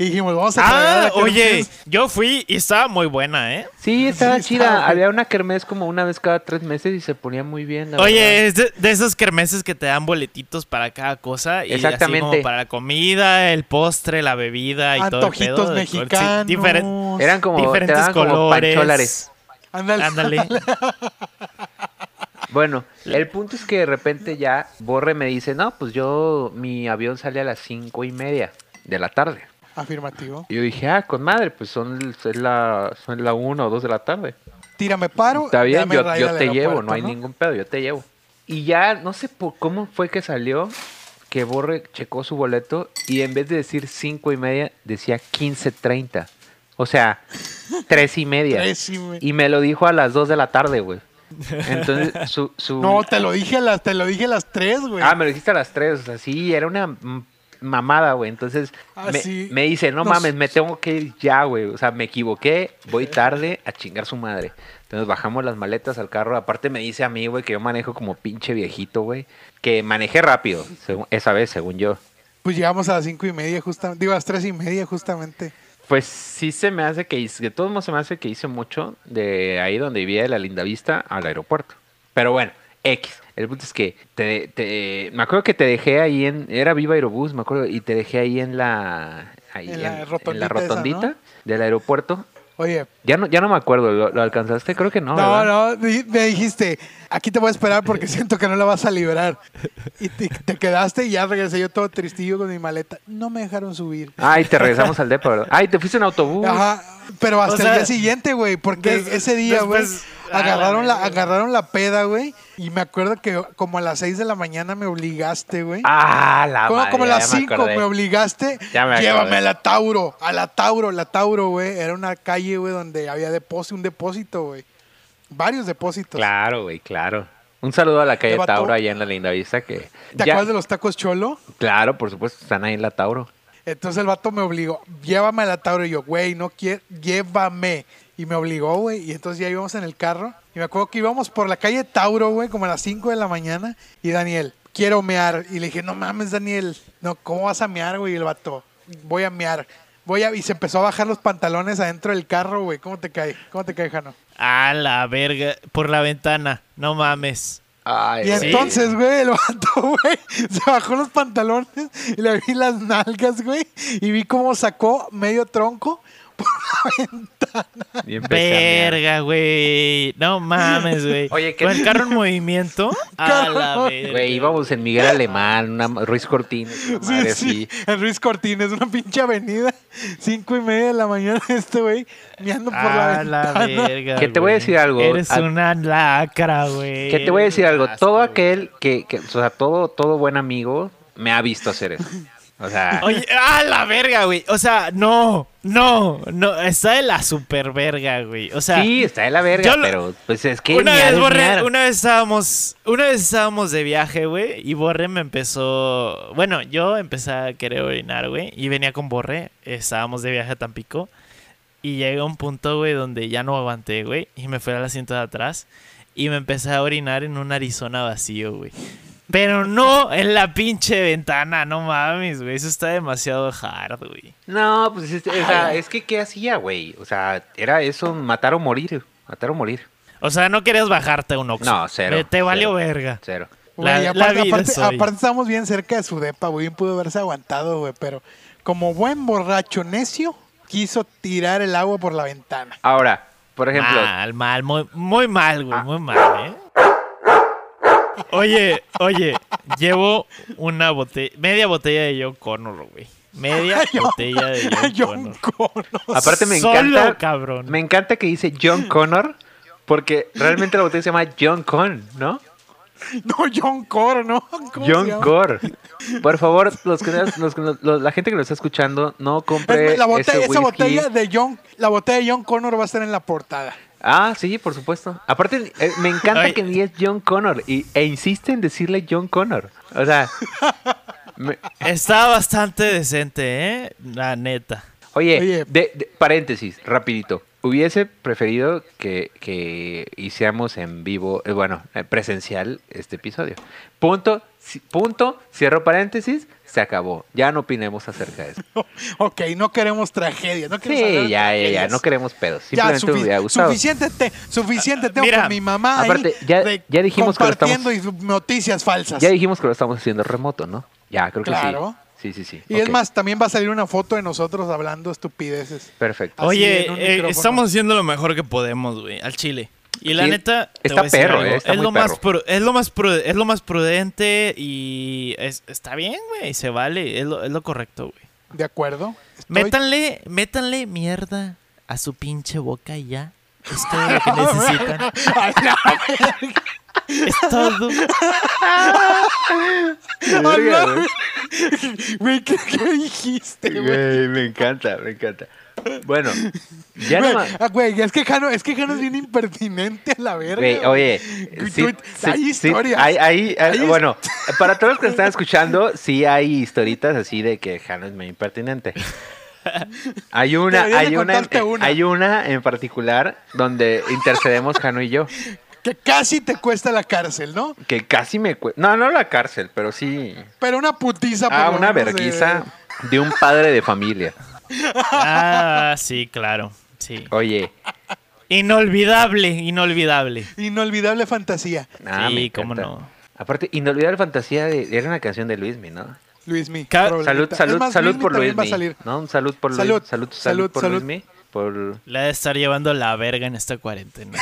Y dijimos, vamos a traer a Ah, la kermés. oye, yo fui y estaba muy buena, ¿eh? Sí, estaba Sí, chida. estaba, güey. había una kermés como una vez cada tres meses y se ponía muy bien. la Oye, verdad. es de, de esos kermeses que te dan boletitos para cada cosa. Y Así como Exactamente. para la comida, el postre, la bebida y Antojitos todo. el pedo de alcohol. Sí, mexicanos. diferen- eran como, te diferentes daban como colores. pancholares. Ándale. Ándale. Bueno, el punto es que de repente ya Borre me dice, no, pues yo, mi avión sale a las cinco y media de la tarde. Afirmativo. Y yo dije, ah, con madre, pues son, es la, son la una o dos de la tarde. Tírame paro. Está bien, dame yo, ride yo al te llevo, aeropuerto, no hay ningún pedo, yo te llevo. Y ya no sé por cómo fue que salió que Borre checó su boleto y en vez de decir cinco y media, decía 15.30. O sea, tres y media. Tres y me- Y me lo dijo a las 2 de la tarde, güey. Entonces, su... su- No, te lo dije a las, te lo dije a las tres, güey. Ah, me lo dijiste a las 3, o sea, sí, era una mm, mamada, güey. Entonces Ah, me, sí. me dice, no Nos- mames, me tengo que ir ya, güey. O sea, me equivoqué, voy tarde a chingar su madre. Entonces bajamos las maletas al carro. Aparte me dice a mí, güey, que yo manejo como pinche viejito, güey. Que manejé rápido, según- esa vez, según yo. Pues llegamos a las cinco y media, justamente. Digo, a las tres y media, justamente. Pues sí se me hace que hice, de todos modos se me hace que hice mucho de ahí donde vivía de la linda vista al aeropuerto. Pero bueno, X. El punto es que te, te- me acuerdo que te dejé ahí en, era Viva Aerobús, me acuerdo, y te dejé ahí en la, ahí En la en la rotondita esa, rotondita ¿no? del aeropuerto. Oye, Ya no, ya no me acuerdo, ¿lo, lo alcanzaste? Creo que no. No, ¿verdad? no, di- me dijiste, aquí te voy a esperar porque siento que no la vas a liberar. Y te, te quedaste y ya regresé yo todo tristillo con mi maleta. No me dejaron subir. Ay, te regresamos al depa, ¿verdad? Ay, te fuiste en autobús. Ajá, pero hasta O sea, el día siguiente, güey, porque des- ese día, güey, después- ah, agarraron la la, verga. agarraron la peda, güey, y me acuerdo que como a las 6 de la mañana me obligaste, güey. Ah, la Como, madre, como a ya las me 5 acordé. me obligaste. Ya me acordé. llévame a la Tauro, a la Tauro, la Tauro, güey. Era una calle, güey, donde había depósito, un depósito, güey. Varios depósitos. Claro, güey, claro. Un saludo a la calle Te mató. Tauro allá en la linda vista que... ¿Te ya- acuerdas de los tacos cholo? Claro, por supuesto, están ahí en la Tauro. Entonces el vato me obligó, llévame a la Tauro. Y yo, güey, no quiero, llévame. Y me obligó, güey. Y entonces ya íbamos en el carro. Y me acuerdo que íbamos por la calle Tauro, güey, como a las 5 de la mañana. Y Daniel, quiero mear. Y le dije, no mames, Daniel. No, ¿cómo vas a mear, güey? Y el vato, voy a mear. Voy a... Y se empezó a bajar los pantalones adentro del carro, güey. ¿Cómo te cae? ¿Cómo te cae, Jano? A la verga, por la ventana, no mames. Ay, Y güey. entonces, güey, el vato, güey, se bajó los pantalones y le vi las nalgas, güey, y vi cómo sacó medio tronco. Y empecé a mear. Verga, güey. No mames, güey. Oye, ¿qué- Con el carro en movimiento. A la verga. Güey, íbamos en Miguel Alemán, una ma- Ruiz Cortines, una Sí, madre sí, así. en Ruiz Cortines, una pinche avenida, cinco y media de la mañana, este güey, meando por Ah, la A la ventana. verga. Que te voy a güey. decir algo. Eres A- una lacra, güey. Que te voy a decir Eres algo, un todo asco, güey. aquel que, que- o sea, todo, todo buen amigo me ha visto hacer eso. O sea, Oye, a la verga, güey. O sea, no, no, no. Está de la super verga, güey. O sea, sí, está de la verga, yo lo- pero pues es que una ni ha vez, de Borre, mear. una vez estábamos, una vez estábamos de viaje, güey, y Borre me empezó, bueno, yo empecé a querer orinar, güey, y venía con Borre, estábamos de viaje a Tampico, y llegué a un punto, güey, donde ya no aguanté, güey, y me fui al asiento de atrás, y me empecé a orinar en un Arizona vacío, güey. Pero no en la pinche ventana, no mames, güey, eso está demasiado hard, güey. No, pues es, o sea, es que ¿qué hacía, güey? O sea, era eso, matar o morir, matar o morir. O sea, no querías bajarte a un Oxxo. Eh, No, cero, Te, te cero. valió verga. Cero. Güey, La- y la aparte, vida aparte- soy. aparte estábamos bien cerca de su depa, güey, bien pudo haberse aguantado, güey, pero como buen borracho necio, quiso tirar el agua por la ventana. Ahora, por ejemplo, Ah. Mal, mal, muy, muy mal, güey, muy mal, ¿eh? Oye, oye, llevo una botella, media botella de John Connor, güey. Media botella de John, John Connor. Connor. Aparte me Solo, encanta. cabrón. Me encanta que dice John Connor. Porque realmente la botella se llama John Con, ¿no? No, John Core, ¿no? ¿Cómo se John llama? Core. Por favor, los que, los que- los- la gente que lo está escuchando, no compre Es- la bote- ese whisky. esa botella de John, la botella de John Connor va a estar en la portada. Ah, sí, por supuesto. Aparte, eh, me encanta Ay. que ni es John Connor y, e insiste en decirle John Connor. O sea, me- Está bastante decente, ¿eh? La neta. oye, Oye. de- de- paréntesis, rapidito. Hubiese preferido que, que hiciéramos en vivo, eh, bueno, eh, presencial este episodio. Punto, ci- punto, cierro paréntesis, se acabó. Ya no opinemos acerca de eso. Ok, no queremos tragedia. No queremos hablar Sí, de ya, ya, ya, tragedias. no queremos pedos. Ya, Simplemente me sufi- hubiera gustado. suficiente, te- suficiente tengo mira, con mi mamá ahí aparte, ya- de- ya dijimos que lo estamos- compartiendo y noticias falsas. Ya dijimos que lo estamos haciendo remoto, ¿no? Ya, creo que Claro. sí. Sí, sí, sí. y Ok, es más, también va a salir una foto de nosotros hablando estupideces. Perfecto. Así, Oye, en un eh, micrófono. estamos haciendo lo mejor que podemos, güey, al chile. Y la Sí, neta, te está voy a decir perro, algo, eh, está es, muy lo Más perro. pru- es lo más pru- es lo más prudente y es- está bien, güey, se vale, es lo, es lo correcto, güey. ¿De acuerdo? Estoy- Métanle, métanle mierda a su pinche boca y ya. Es todo lo que necesitan. Ay, Es todo. Ah, no, Verga, no. güey. Güey, ¿qué, qué dijiste, güey? Güey, me encanta, me encanta. Bueno, ya Güey, no ah, güey, es que Jano, es que Jano es bien impertinente a la verga. Güey, oye, Güey, sí- tú- sí- hay sí, historias. hay- hay- Hay his- bueno, para todos los que están escuchando, sí hay historitas así de que Jano es muy impertinente. Hay una, Deberías de hay una, en- contarte una. hay una en particular donde intercedemos Jano y yo, Que casi te cuesta la cárcel, ¿no? que casi me, cue- no, no la cárcel, pero sí, Pero una putiza. por ah, lo una menos, de- verguiza de un padre de familia. Ah, sí, claro. Sí. Oye, Inolvidable, inolvidable. Inolvidable fantasía, ah, Sí, me cómo encanta. no. Aparte, inolvidable fantasía de- era una canción de Luismi, ¿no? Luismi. Ca- problemita. Salud, Es salud, más, salud por también Luismi. va a salir. No, un salud por Luis- Salud, Salud, salud, salud, por salud. Luismi. Por... La de estar llevando la verga en esta cuarentena.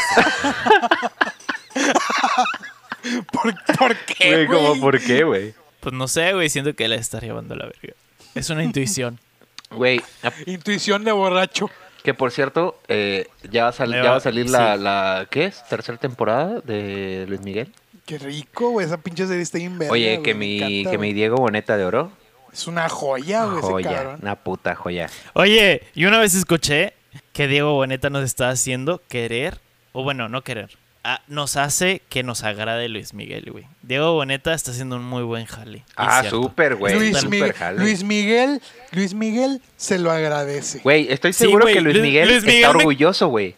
¿Por, por qué, güey? ¿por qué, güey? Pues no sé, güey, siento que la de estar llevando la verga. Es una intuición. Güey, ah, Intuición de borracho. que por cierto, eh, ya, va a sal- Me ya va- va a salir la, sí. la, ¿qué es? ¿Tercera temporada de Luis Miguel? Qué rico, güey. Esa pinche serie está bien verga, Oye, güey, que Eh, me mi, encanta, que mi güey. Diego Boneta de Oro, Es una joya, güey, ese joya, cabrón. una puta joya. Oye, y una vez escuché que Diego Boneta nos está haciendo querer, o bueno, no querer, ah, nos hace que nos agrade Luis Miguel, güey. Diego Boneta está haciendo un muy buen jale. es Ah, cierto. súper, güey, Luis, súper Miguel, jale. Luis Miguel, Luis Miguel se lo agradece. Güey, estoy Sí, seguro güey, que Luis Luis- Miguel, Luis Miguel está me- orgulloso, güey.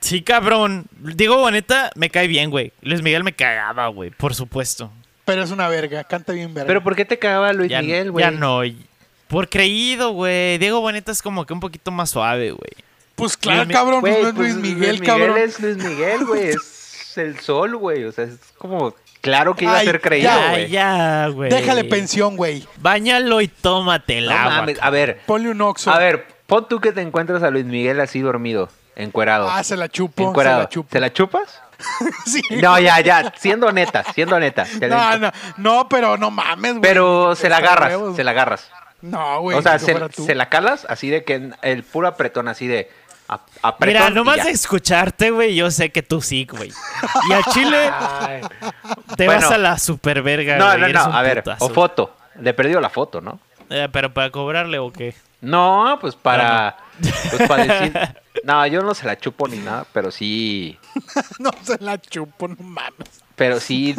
Sí, cabrón. Diego Boneta me cae bien, güey. Luis Miguel me cagaba, güey, por supuesto. Pero es una verga, canta bien verga. Pero ¿por qué te cagaba Luis ya, Miguel, güey? ya no. y- Por creído, güey. Diego Boneta es como que un poquito más suave, güey. pues claro, Luis Mi- cabrón, Güey, no es pues, Luis Miguel, cabrón. Miguel es Luis Miguel, güey. Es el sol, güey. O sea, es como. Claro que iba Ay, a ser creído, Ya, Ya, güey. ya, güey. Déjale pensión, güey. Báñalo y tómate el No agua. mames, A ver, Ponle un oxo. a ver, pon tú que te encuentras a Luis Miguel así dormido, encuerado. Ah, se la chupo, se encuerado. la chupo. ¿Te la chupas? Sí. No, ya, ya. Siendo neta, siendo neta. te la- No, pues, no, no, pero no mames, güey. Pero se la Está agarras, huevos. se la agarras. No, güey. o sea, si se, fuera tú. se la calas así de que en- el puro apretón, así de. a- apretón. Mira, y nomás ya. de escucharte, güey, yo sé que tú sí, güey. Y a Chile Ay. te Bueno. vas a la superverga, No, güey, no, eres no. un A ver, putazo. o foto. Le he perdido la foto, ¿no? Eh, pero para cobrarle o qué. No, pues Ah, para. Pues para decir. No, yo no se la chupo ni nada, pero sí. No se la chupo, no mames. Pero sí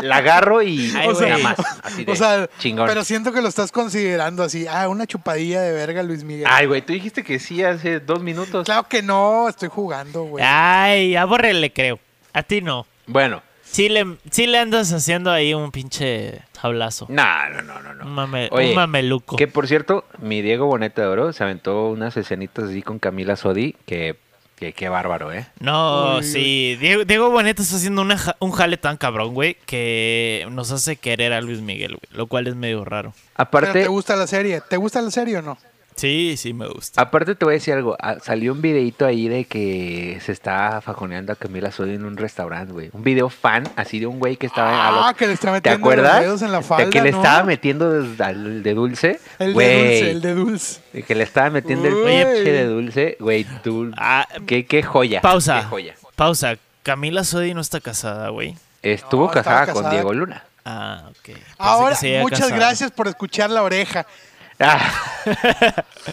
la agarro y Ay, o sea, güey. nada más. Así de o sea, chingón. pero siento que lo estás considerando así. Ah, una chupadilla de verga, Luis Miguel. Ay, güey, tú dijiste que sí hace dos minutos. claro que no, estoy jugando, güey. Ah, Ay, a Borre le creo. A ti no. Bueno, Sí le, sí le andas haciendo ahí un pinche tablazo. no, no, no, no. no. Un, mame- un Oye, mameluco. Que por cierto, mi Diego Boneta de Oro se aventó unas escenitas así con Camila Sodi, que, que qué bárbaro, ¿eh? No, Uy, sí. Diego, Diego Boneta está haciendo una ja- un jale tan cabrón, güey, que nos hace querer a Luis Miguel, güey. Lo cual es medio raro. Pero Aparte, ¿Te gusta la serie? ¿Te gusta la serie o no? Sí, sí, me gusta. aparte te voy a decir algo. Ah, Salió un videito ahí de que se está fajoneando a Camila Sodi en un restaurante, güey. Un video fan así de un güey que estaba a los- ah, que le está ¿Te metiendo acuerdas? los dedos en la De falda. que le ¿no? estaba metiendo des- al de dulce. El de Güey, dulce, el de dulce. de que le estaba metiendo el Uy. pinche de dulce. Güey, tú. Ah, qué, qué joya. pausa. Qué joya. Pausa. Camila Sodi no está casada, güey. Estuvo No, estaba casada, con casada. Diego Luna. Ah, ok. Pensé que Ahora, se había muchas casado. gracias por escuchar la oreja. Ah.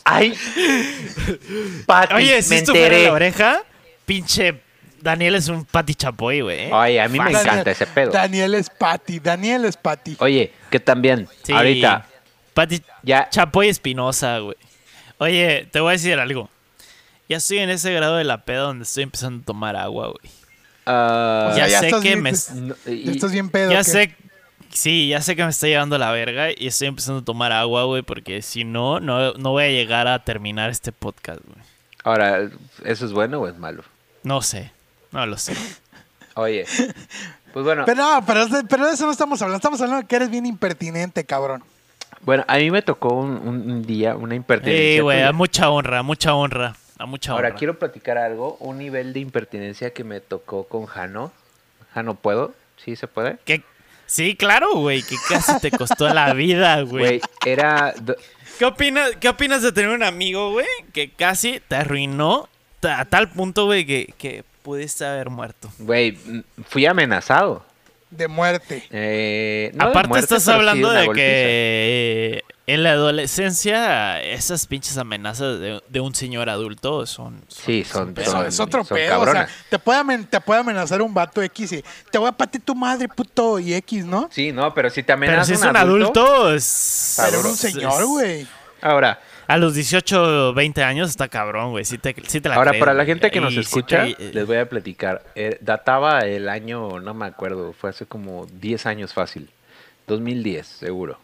Ay. Pati, Oye, si me esto fuera enteré. la oreja, pinche Daniel es un pati chapoy, güey. Ay, a mí me Daniel- encanta ese pedo. Daniel es Patty, Daniel es Patty. Oye, que también, Sí. ahorita, Pati ya. Chapoy Espinosa, güey. Oye, te voy a decir algo. Ya estoy en ese grado de la peda donde estoy empezando a tomar agua, güey. ah, O sea, ya sé estás que bien- me- no, ya y- estás bien pedo. Ya ¿qué? sé, sí, ya sé que me está llevando la verga y estoy empezando a tomar agua, güey, porque si no, no, no voy a llegar a terminar este podcast, güey. ahora, ¿eso es bueno o es malo? No sé, no lo sé. Oye, pues bueno, Pero no, pero, es de- pero de eso no estamos hablando. Estamos hablando de que eres bien impertinente, cabrón. bueno, a mí me tocó un, un- un día una impertinencia. Sí, Eh, güey, tuya. a mucha honra, a mucha honra, a mucha pues, Ahora honra. quiero platicar algo, un nivel de impertinencia que me tocó con Jano. Jano, ¿puedo? ¿Sí se puede? ¿Qué? Sí, claro, güey, que casi te costó la vida, Güey, güey. era... do- ¿Qué opinas, ¿Qué opinas de tener un amigo, güey, que casi te arruinó ta- a tal punto, güey, que, que pudiste haber muerto? Güey, m- fui amenazado. De muerte. Eh, no de Aparte muerte, estás pero sí hablando una de golpiza. que eh, en la adolescencia esas pinches amenazas de, de un señor adulto son... Sí, son... Pero Eso son- es otro son pedo. O sea, cabronas. te puede, amen- te puede amenazar un vato X y te voy a patear tu madre, puto, y X, ¿no? Sí, no, pero si te Pero amenazas si es un adulto, es- Pero era un Sabroso. señor, güey. Ahora, A los 18 20 años está cabrón, güey. Sí te, sí te la ahora crees, para la güey. gente que nos Y eh, sí escucha, te- les voy a platicar. Eh, databa el año, no me acuerdo, fue hace como 10 años fácil. 2010, seguro.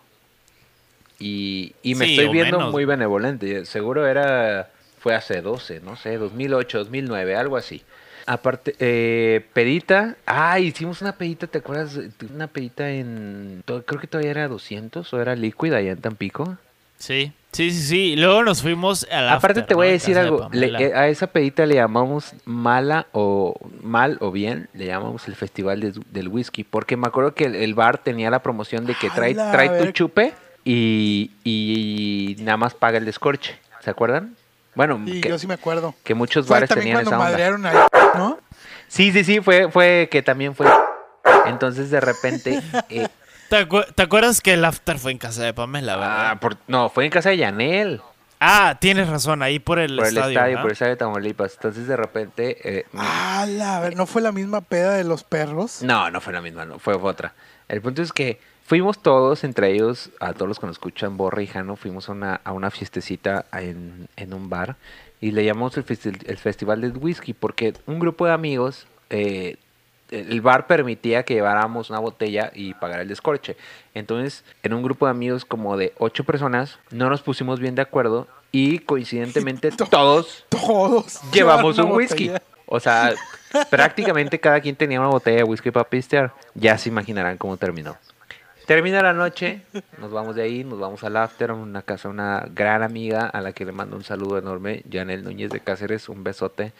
Y, y me Sí, estoy o viendo menos. muy benevolente. Seguro era, fue hace 12, no sé, 2008, 2009, algo así. Aparte, eh, pedita. Ah, hicimos una pedita, ¿te acuerdas? Una pedita en. to- Creo que todavía era 200 o era líquida allá en Tampico. Sí, sí, sí, sí. Luego nos fuimos a la... Aparte te voy a decir algo, le- eh, a esa pedita le llamamos mala o mal o bien, le llamamos el festival de- del whisky, porque me acuerdo que el, el bar tenía la promoción de que trae, ¡Hala, trae tu ver- chupe y, y nada más paga el descorche, ¿se acuerdan? Bueno, Sí, que, yo sí me acuerdo. que muchos Fue bares también tenían cuando esa onda. madrearon a... ¿no? Sí, sí, sí, fue, fue que también fue. Entonces de repente, eh, ¿Te, acu- te acuerdas que el after fue en casa de Pamela, verdad? ah, por- no, fue en casa de Yanel. Ah, tienes razón, ahí por el Por el estadio. estadio, ¿no? por el estadio de Tamaulipas. Entonces de repente eh, Ah, la ver- ¿no fue la misma peda de los perros? No, no fue la misma, no, fue otra. El punto es que fuimos todos, entre ellos, a todos los que nos escuchan, Borra y Jano, fuimos a una, a una fiestecita en, en un bar y le llamamos el, festi- el Festival del Whisky porque un grupo de amigos, eh, el bar permitía que lleváramos una botella y pagar el descorche. Entonces, en un grupo de amigos como de ocho personas, no nos pusimos bien de acuerdo y coincidentemente todos Todos. llevamos llevaron un una whisky. botella. O sea, prácticamente cada quien tenía una botella de whisky para pistear. Ya se imaginarán cómo terminó. Termina la noche, nos vamos de ahí, nos vamos al after, a una casa, de una gran amiga a la que le mando un saludo enorme, Janel Núñez de Cáceres, un besote.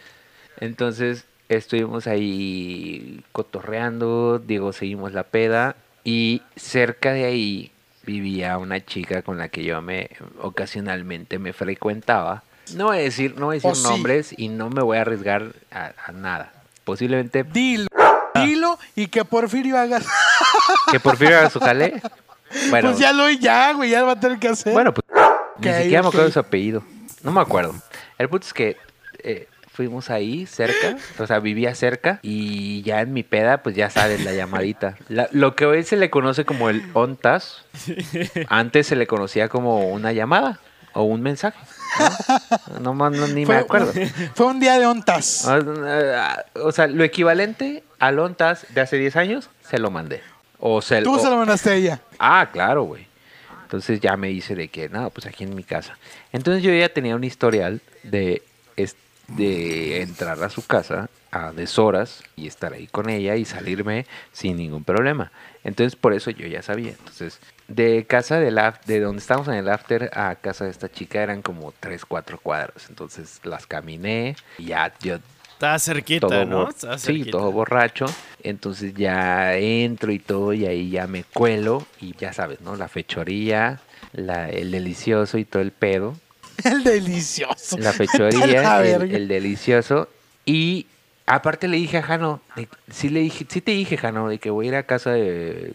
Entonces estuvimos ahí cotorreando, digo, seguimos la peda y cerca de ahí vivía una chica con la que yo me ocasionalmente me frecuentaba. No voy a decir, no voy a decir Oh, sí. nombres y no me voy a arriesgar a, a nada. Posiblemente Dilo. Ah. Dilo y que Porfirio haga. que Porfirio haga su jale. Bueno, pues ya lo ya, güey, ya lo va a tener que hacer. Bueno, pues ni Ok, siquiera me acuerdo ok. de su apellido. No me acuerdo. El punto es que eh, fuimos ahí cerca, o sea, vivía cerca y ya en mi peda, pues ya sabes, la llamadita. La- lo que hoy se le conoce como el ONTAS, antes se le conocía como una llamada o un mensaje. No, no, más, no, ni me acuerdo. Ah, Fue un día de ontas. O sea, lo equivalente al ONTAS de hace 10 años, se lo mandé. O se, Tú o- se lo mandaste a ella. Ah, claro, güey. Entonces ya me dice de que, no, pues aquí en mi casa. Entonces yo ya tenía un historial de, es- de entrar a su casa a deshoras y estar ahí con ella y salirme sin ningún problema. Entonces por eso yo ya sabía. Entonces, de casa del af- de donde estábamos en el after a casa de esta chica eran como 3, 4 cuadras. Entonces las caminé y ya yo Estaba cerquita, todo, ¿no? bor- Estaba sí, cerquita. todo borracho. Entonces ya entro y todo, y ahí ya me cuelo, y ya sabes, ¿no? La fechoría, la- el delicioso y todo el pedo. El delicioso. La Vete a la fechoría, el, verga. el delicioso. Y Aparte le dije a Jano, de- sí le dije, sí te dije, Jano, de que voy a ir a casa de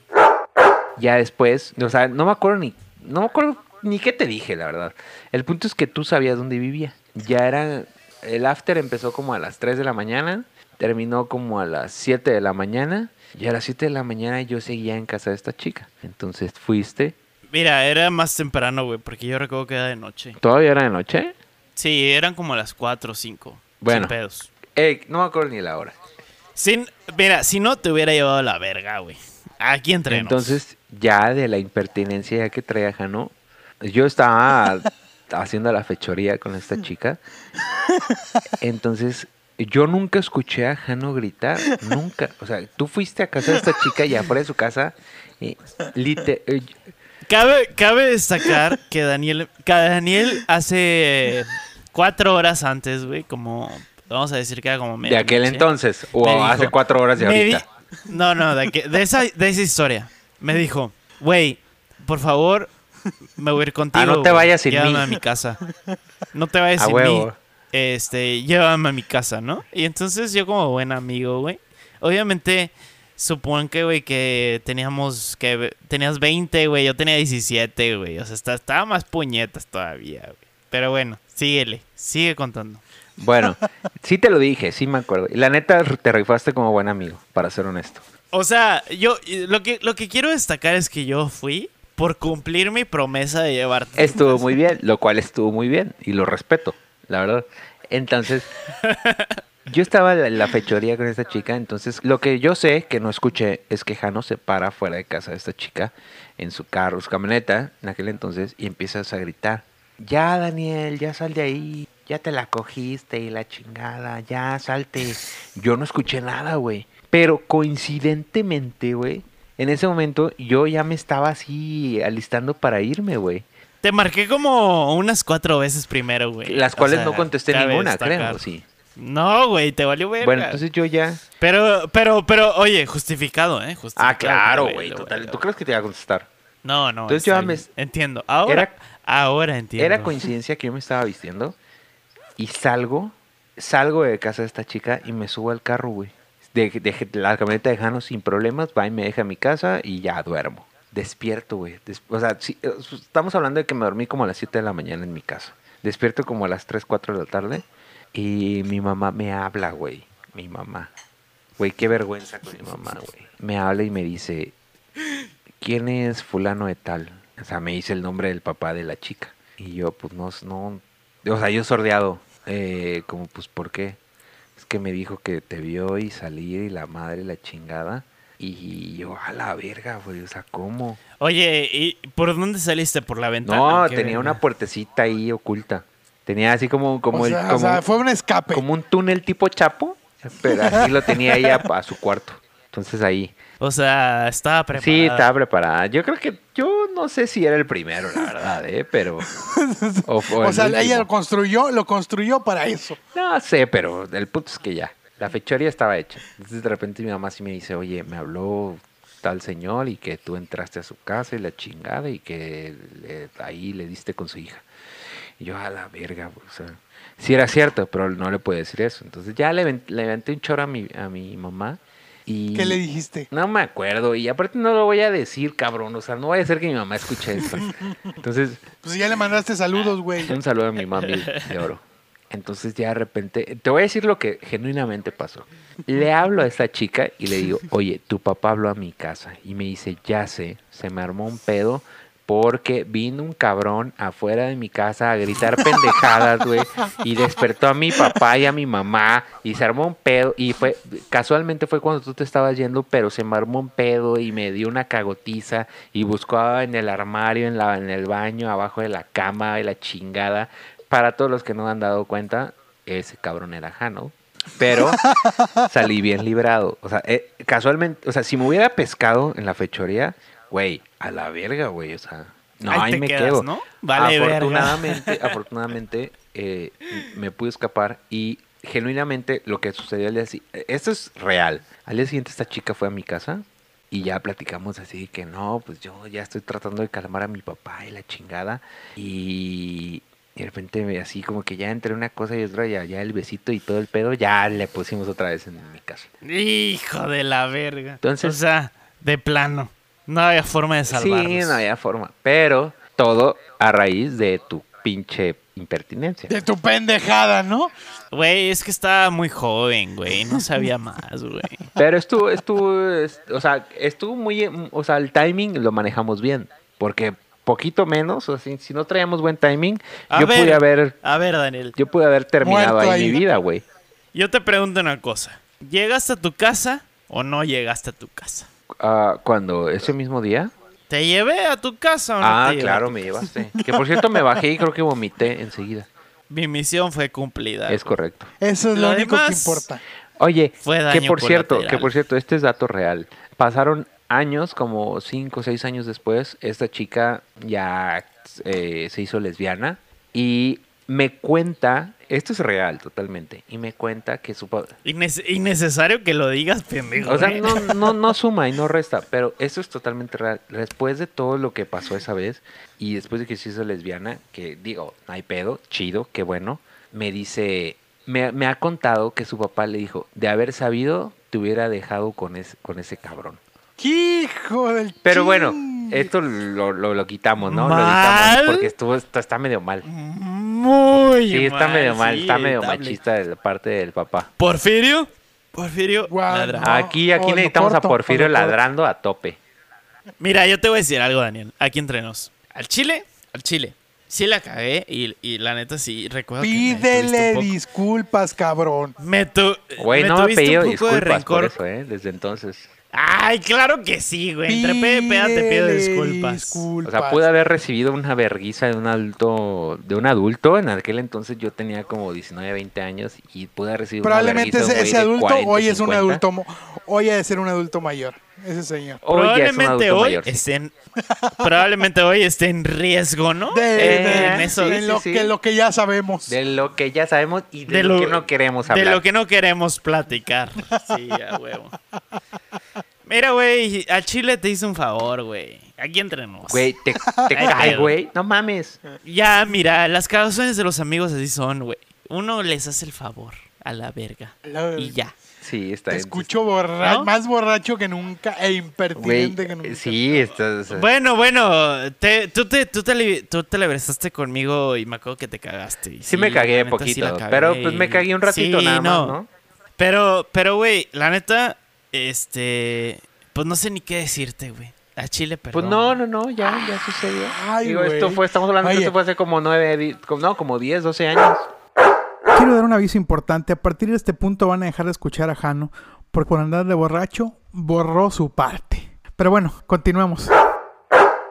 ya después, o sea, no me acuerdo ni no me acuerdo ni qué te dije, la verdad. El punto es que tú sabías dónde vivía. Ya era el after empezó como a las 3 de la mañana, terminó como a las 7 de la mañana y a las 7 de la mañana yo seguía en casa de esta chica. Entonces, fuiste, Mira, era más temprano, güey, porque yo recuerdo que era de noche. todavía era de noche. Sí, eran como las 4 o 5. Bueno. Sin pedos. Ey, eh, no me acuerdo ni la hora. Sin, mira, si no te hubiera llevado a la verga, güey. Aquí entre nos. Entonces, ya de la impertinencia ya que traía Jano, yo estaba haciendo la fechoría con esta chica. Entonces, yo nunca escuché a Jano gritar, nunca. O sea, tú fuiste a casa de esta chica y afuera de su casa, y lite- eh, Cabe, cabe destacar que Daniel, que Daniel hace cuatro horas antes, güey, como, vamos a decir que era como de aquel medianoche, entonces, o me dijo, hace cuatro horas de me di- ahorita. no, no, de, aquel- de esa, de esa historia. Me dijo, güey, por favor, me voy a ir contigo. Ah, no te güey, vayas sin llévame mí". a mi casa. No te vayas A sin mí. huevo. Este, llévame a mi casa, ¿no? Y entonces yo como buen amigo, güey. Obviamente, supongo que, güey, que teníamos, que ve- tenías 20, güey, yo tenía 17, güey. O sea, está- estaba más puñetas todavía, güey. Pero bueno, síguele, sigue contando. Bueno, sí te lo dije, sí me acuerdo. Y La neta, te rifaste como buen amigo, para ser honesto. O sea, yo eh, lo que, lo que quiero destacar es que yo fui por cumplir mi promesa de llevarte. Estuvo muy bien, lo cual estuvo muy bien y lo respeto, la verdad. Entonces, yo estaba en la- en la fechoría con esta chica, entonces lo que yo sé que no escuché es que Jano se para fuera de casa de esta chica en su carro, su camioneta, en aquel entonces, y empiezas a gritar, ya Daniel, ya sal de ahí, ya te la cogiste y la chingada, ya salte. Yo no escuché nada, güey. Pero coincidentemente, güey, en ese momento yo ya me estaba así alistando para irme, güey. Te marqué como unas cuatro veces primero, güey. Las O cuales sea, no contesté cabe ninguna, destacar. creo, sí. No, güey, te valió verga. Bueno, entonces yo ya... Pero, pero, pero, oye, justificado, ¿eh? Justificado, Ah, claro, valió, güey. valió, total. valió. ¿Tú crees que te iba a contestar? No, no. Entonces está yo me- bien. Entiendo. Ahora, Era- ahora entiendo. Era coincidencia que yo me estaba vistiendo y salgo, salgo de casa de esta chica y me subo al carro, güey. De, de- la camioneta de Jano sin problemas, va y me deja a mi casa y ya duermo. Despierto, güey. Des- o sea, sí, eh, estamos hablando de que me dormí como a las 7 de la mañana en mi casa. Despierto como a las 3, 4 de la tarde y mi mamá me habla, güey. Mi mamá. Güey, qué vergüenza con mi mamá, güey. Me habla y me dice, ¿quién es fulano de tal? O sea, me dice el nombre del papá de la chica. Y yo, pues, no, no, o sea, yo sordeado, eh, como, pues, ¿por qué? Es que me dijo que te vio y salir y la madre la chingada. Y yo, a la verga, güey, o sea, ¿cómo? Oye, ¿y por dónde saliste? ¿Por la ventana? No, Qué tenía una verga. puertecita ahí oculta. Tenía así como, como, o, el- sea, o como- sea, fue un escape. como un túnel tipo chapo, pero así lo tenía ella a su cuarto. Entonces ahí. O sea, estaba preparada. Sí, estaba preparada. Yo creo que yo no sé si era el primero, la verdad, ¿eh? Pero. O, o O el sea, ella último. lo construyó, lo construyó para eso. No sé, pero el punto es que ya. La fechoría estaba hecha. Entonces de repente mi mamá sí me dice, oye, me habló tal señor y que tú entraste a su casa y la chingada y que le- ahí le diste con su hija. Y yo, a la verga, o sea, sí era cierto, pero no le puede decir eso. Entonces ya le, ven- le aventé un choro a mi, a mi mamá y... ¿Qué le dijiste? No me acuerdo y aparte no lo voy a decir, cabrón. O sea, no vaya a ser que mi mamá escuche esto. Entonces, Pues ya le mandaste saludos, güey. un saludo a mi mami de oro. Entonces ya de repente, te voy a decir lo que genuinamente pasó. Le hablo a esta chica y le digo, oye, tu papá habló a mi casa y me dice, ya sé, se me armó un pedo porque vino un cabrón afuera de mi casa a gritar pendejadas, güey, y despertó a mi papá y a mi mamá y se armó un pedo y fue, casualmente fue cuando tú te estabas yendo, pero se me armó un pedo y me dio una cagotiza y buscaba en el armario, en, la, en el baño, abajo de la cama, y la chingada. Para todos los que no han dado cuenta, ese cabrón era Jano. Pero salí bien librado. O sea, eh, casualmente, o sea, si me hubiera pescado en la fechoría, güey, a la verga, güey. O sea, no, ahí, Ahí te me quedas, quedo. ¿no? Vale, verga. afortunadamente, afortunadamente eh, me pude escapar y genuinamente lo que sucedió al día siguiente, esto es real. Al día siguiente esta chica fue a mi casa y ya platicamos así que no, pues yo ya estoy tratando de calmar a mi papá y la chingada. Y, Y de repente, me- así como que ya entre una cosa y otra, ya, ya el besito y todo el pedo, ya le pusimos otra vez en mi casa. Hijo de la verga. Entonces- o sea, de plano. No había forma de salvarlos. Sí, no había forma. Pero todo a raíz de tu pinche impertinencia. De tu pendejada, ¿no? Güey, es que estaba muy joven, güey. No sabía más, güey. Pero estuvo, estuvo, es- o sea, estuvo muy, em, o sea, el timing lo manejamos bien, porque poquito menos, o sea, si, si no traíamos buen timing, A yo ver. pude haber, A ver, Daniel, yo pude haber terminado Muerto ahí, ahí. mi vida, güey. yo te pregunto una cosa. ¿Llegaste a tu casa o no llegaste a tu casa? Ah, cuando ese mismo día. ¿Te llevé a tu casa o no ah, te llevé? claro, me llevaste. Que por cierto me bajé y creo que vomité enseguida. Mi misión fue cumplida. Es correcto. Eso es Lo lo, único que demás- importa. Oye, Fue que daño por cierto, colateral. que por cierto, este es dato real. Pasaron años, como cinco o seis años después, esta chica ya eh, se hizo lesbiana y me cuenta, esto es real totalmente, y me cuenta que su pa- Innes- innecesario que lo digas, pendejo. o sea, güey. no, no, no suma y no resta, pero eso es totalmente real. Después de todo lo que pasó esa vez y después de que se hizo lesbiana, que digo, no hay pedo, chido, qué bueno, me dice, me, me ha contado que su papá le dijo, de haber sabido, te hubiera dejado con, es- con ese cabrón. Hijo del Pero bueno, eh, chingue. esto lo, lo, lo quitamos, ¿no? Lo ¿Mal? editamos porque estuvo, está, está medio mal. Mm. Muy Sí, está mal, medio mal, sí, está medio estable. machista de la parte del papá. Porfirio. Porfirio. Guau, ladra. no. Aquí, aquí o lo necesitamos a corto, o lo Porfirio corto. ladrando a tope. Mira, yo te voy a decir algo, Daniel. Aquí entre nos. Al chile, al chile. Sí la cagué y, y la neta sí recuerdo Pídele que me tuviste disculpas, cabrón. un poco- me tu- Güey, me no me ha tuviste pedido un poco de disculpas por rencor. eso, ¿eh? Desde entonces. Ay, claro que sí, güey. Entre pedo ah, y peda te pido Pídele disculpas. O disculpas. sea, pude haber recibido una verguiza de un adulto, de un adulto. En aquel entonces yo tenía como 19, 20 años y pude haber recibido Probablemente una ese, verguiza de un güey ese de adulto 40, hoy es un 50. adulto. mo- Hoy ha de ser un adulto mayor. Ese señor. Hoy ya es un probablemente adulto hoy mayor. esté en, probablemente hoy esté en riesgo, ¿no? De, de- en eso- en sí, lo, sí. que, lo que ya sabemos. De lo que ya sabemos y de, De lo, lo- que no queremos De hablar. lo que no queremos platicar. Sí, a huevo. Mira, güey, a Chile te hice un favor, güey. Aquí entre nos. Güey, te, te Ay, cae, pedo. güey. No mames. Ya, mira, las causaciones de los amigos así son, güey. Uno les hace el favor a la verga. La- Y ya. Sí, está Te bien. escucho borra- ¿No? más borracho que nunca e Güey, eh, impertinente que nunca. sí, estás. Bueno, bueno, te- tú, te, tú, te, li- tú te abrazaste conmigo y me acuerdo que te cagaste. Y Sí, me la cagué neta, sí poquito, la cagué pero pues me y- cagué un ratito Sí, nada más, ¿no? Pero, pero, güey, la neta, este, pues no sé ni qué decirte, güey. A Chile, perdón. Pues no, no, no, ya, ya sucedió. Ay, Digo, esto güey. fue, estamos hablando Oye. que esto fue hace como nueve, di- como- no, como 10, 12 años. Quiero dar un aviso importante. A partir de este punto van a dejar de escuchar a Jano, porque por andar de borracho borró su parte. Pero bueno, continuemos.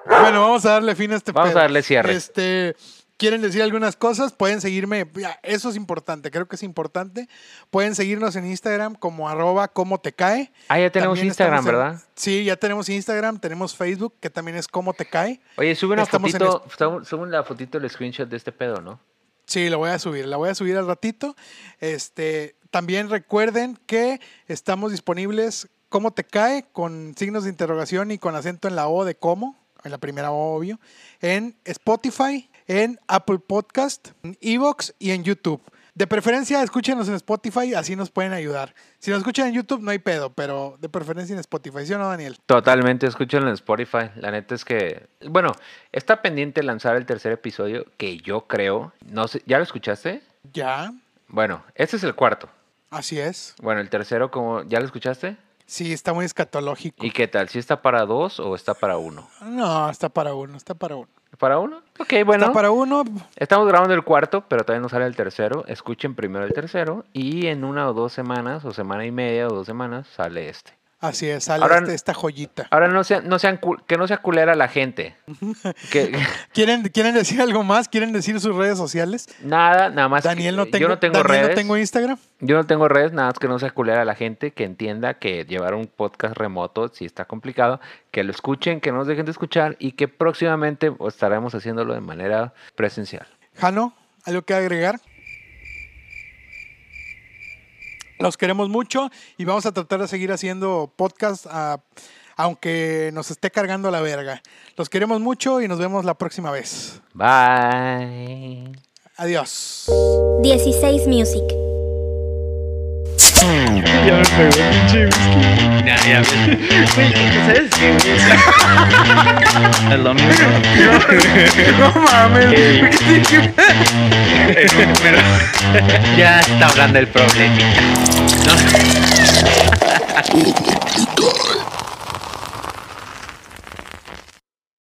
Bueno, vamos a darle fin a este Vamos a pedo. darle cierre. Este, quieren decir algunas cosas, pueden seguirme. Ya, Eso es importante, creo que es importante. Pueden seguirnos en Instagram como arroba como te cae. Ah, ya tenemos También Instagram, estamos en- ¿verdad? Sí, ya tenemos Instagram, tenemos Facebook, que también es como te cae. Oye, sube una Estamos en fotito, sub- sube la fotito del screenshot de este pedo, ¿no? Sí, la voy a subir, la voy a subir al ratito. Este, también recuerden que estamos disponibles cómo te cae con signos de interrogación y con acento en la O de cómo, en la primera O obvio, en Spotify, en Apple Podcast, en Evox y en YouTube. De preferencia, escúchenos en Spotify, así nos pueden ayudar. Si nos escuchan en YouTube, no hay pedo, pero de preferencia en Spotify, ¿sí o no, Daniel? Totalmente, escúchenlo en Spotify. La neta es que, bueno, está pendiente lanzar el tercer episodio, que yo creo, no sé, ¿ya lo escuchaste? Ya, Bueno, este es el cuarto. así es. Bueno, el tercero, como, ¿ya lo escuchaste? Sí, está muy escatológico. ¿Y qué tal? ¿Si está para dos o está para uno? No, está para uno, está para uno. ¿Para uno? Ok, bueno. Está para uno, Estamos grabando el cuarto, pero todavía no sale el tercero. Escuchen primero el tercero y en una o dos semanas, o semana y media o dos semanas, sale este. Así es, sale Ahora- este- esta joyita. Ahora no sean, no sean cul- que no sea culera la gente. Que, ¿Quieren, ¿Quieren decir algo más? ¿Quieren decir sus redes sociales? nada, nada más. que- Daniel no tengo, yo no tengo Daniel redes. no tengo Instagram. Yo no tengo redes, nada más que no sea culera la gente, que entienda que llevar un podcast remoto si está complicado, que lo escuchen, que no nos dejen de escuchar y que próximamente estaremos haciéndolo de manera presencial. Jano, ¿algo que agregar? Los queremos mucho y vamos a tratar de seguir haciendo podcast ah, aunque nos esté cargando la verga. Los queremos mucho y nos vemos la próxima vez. Bye. Adiós. 16 Music. Ya me pegó el pinche whisky. Ya, ya, güey. Güey, ¿sabes qué, güey? El domingo. No mames, güey. Ya está hablando el problema.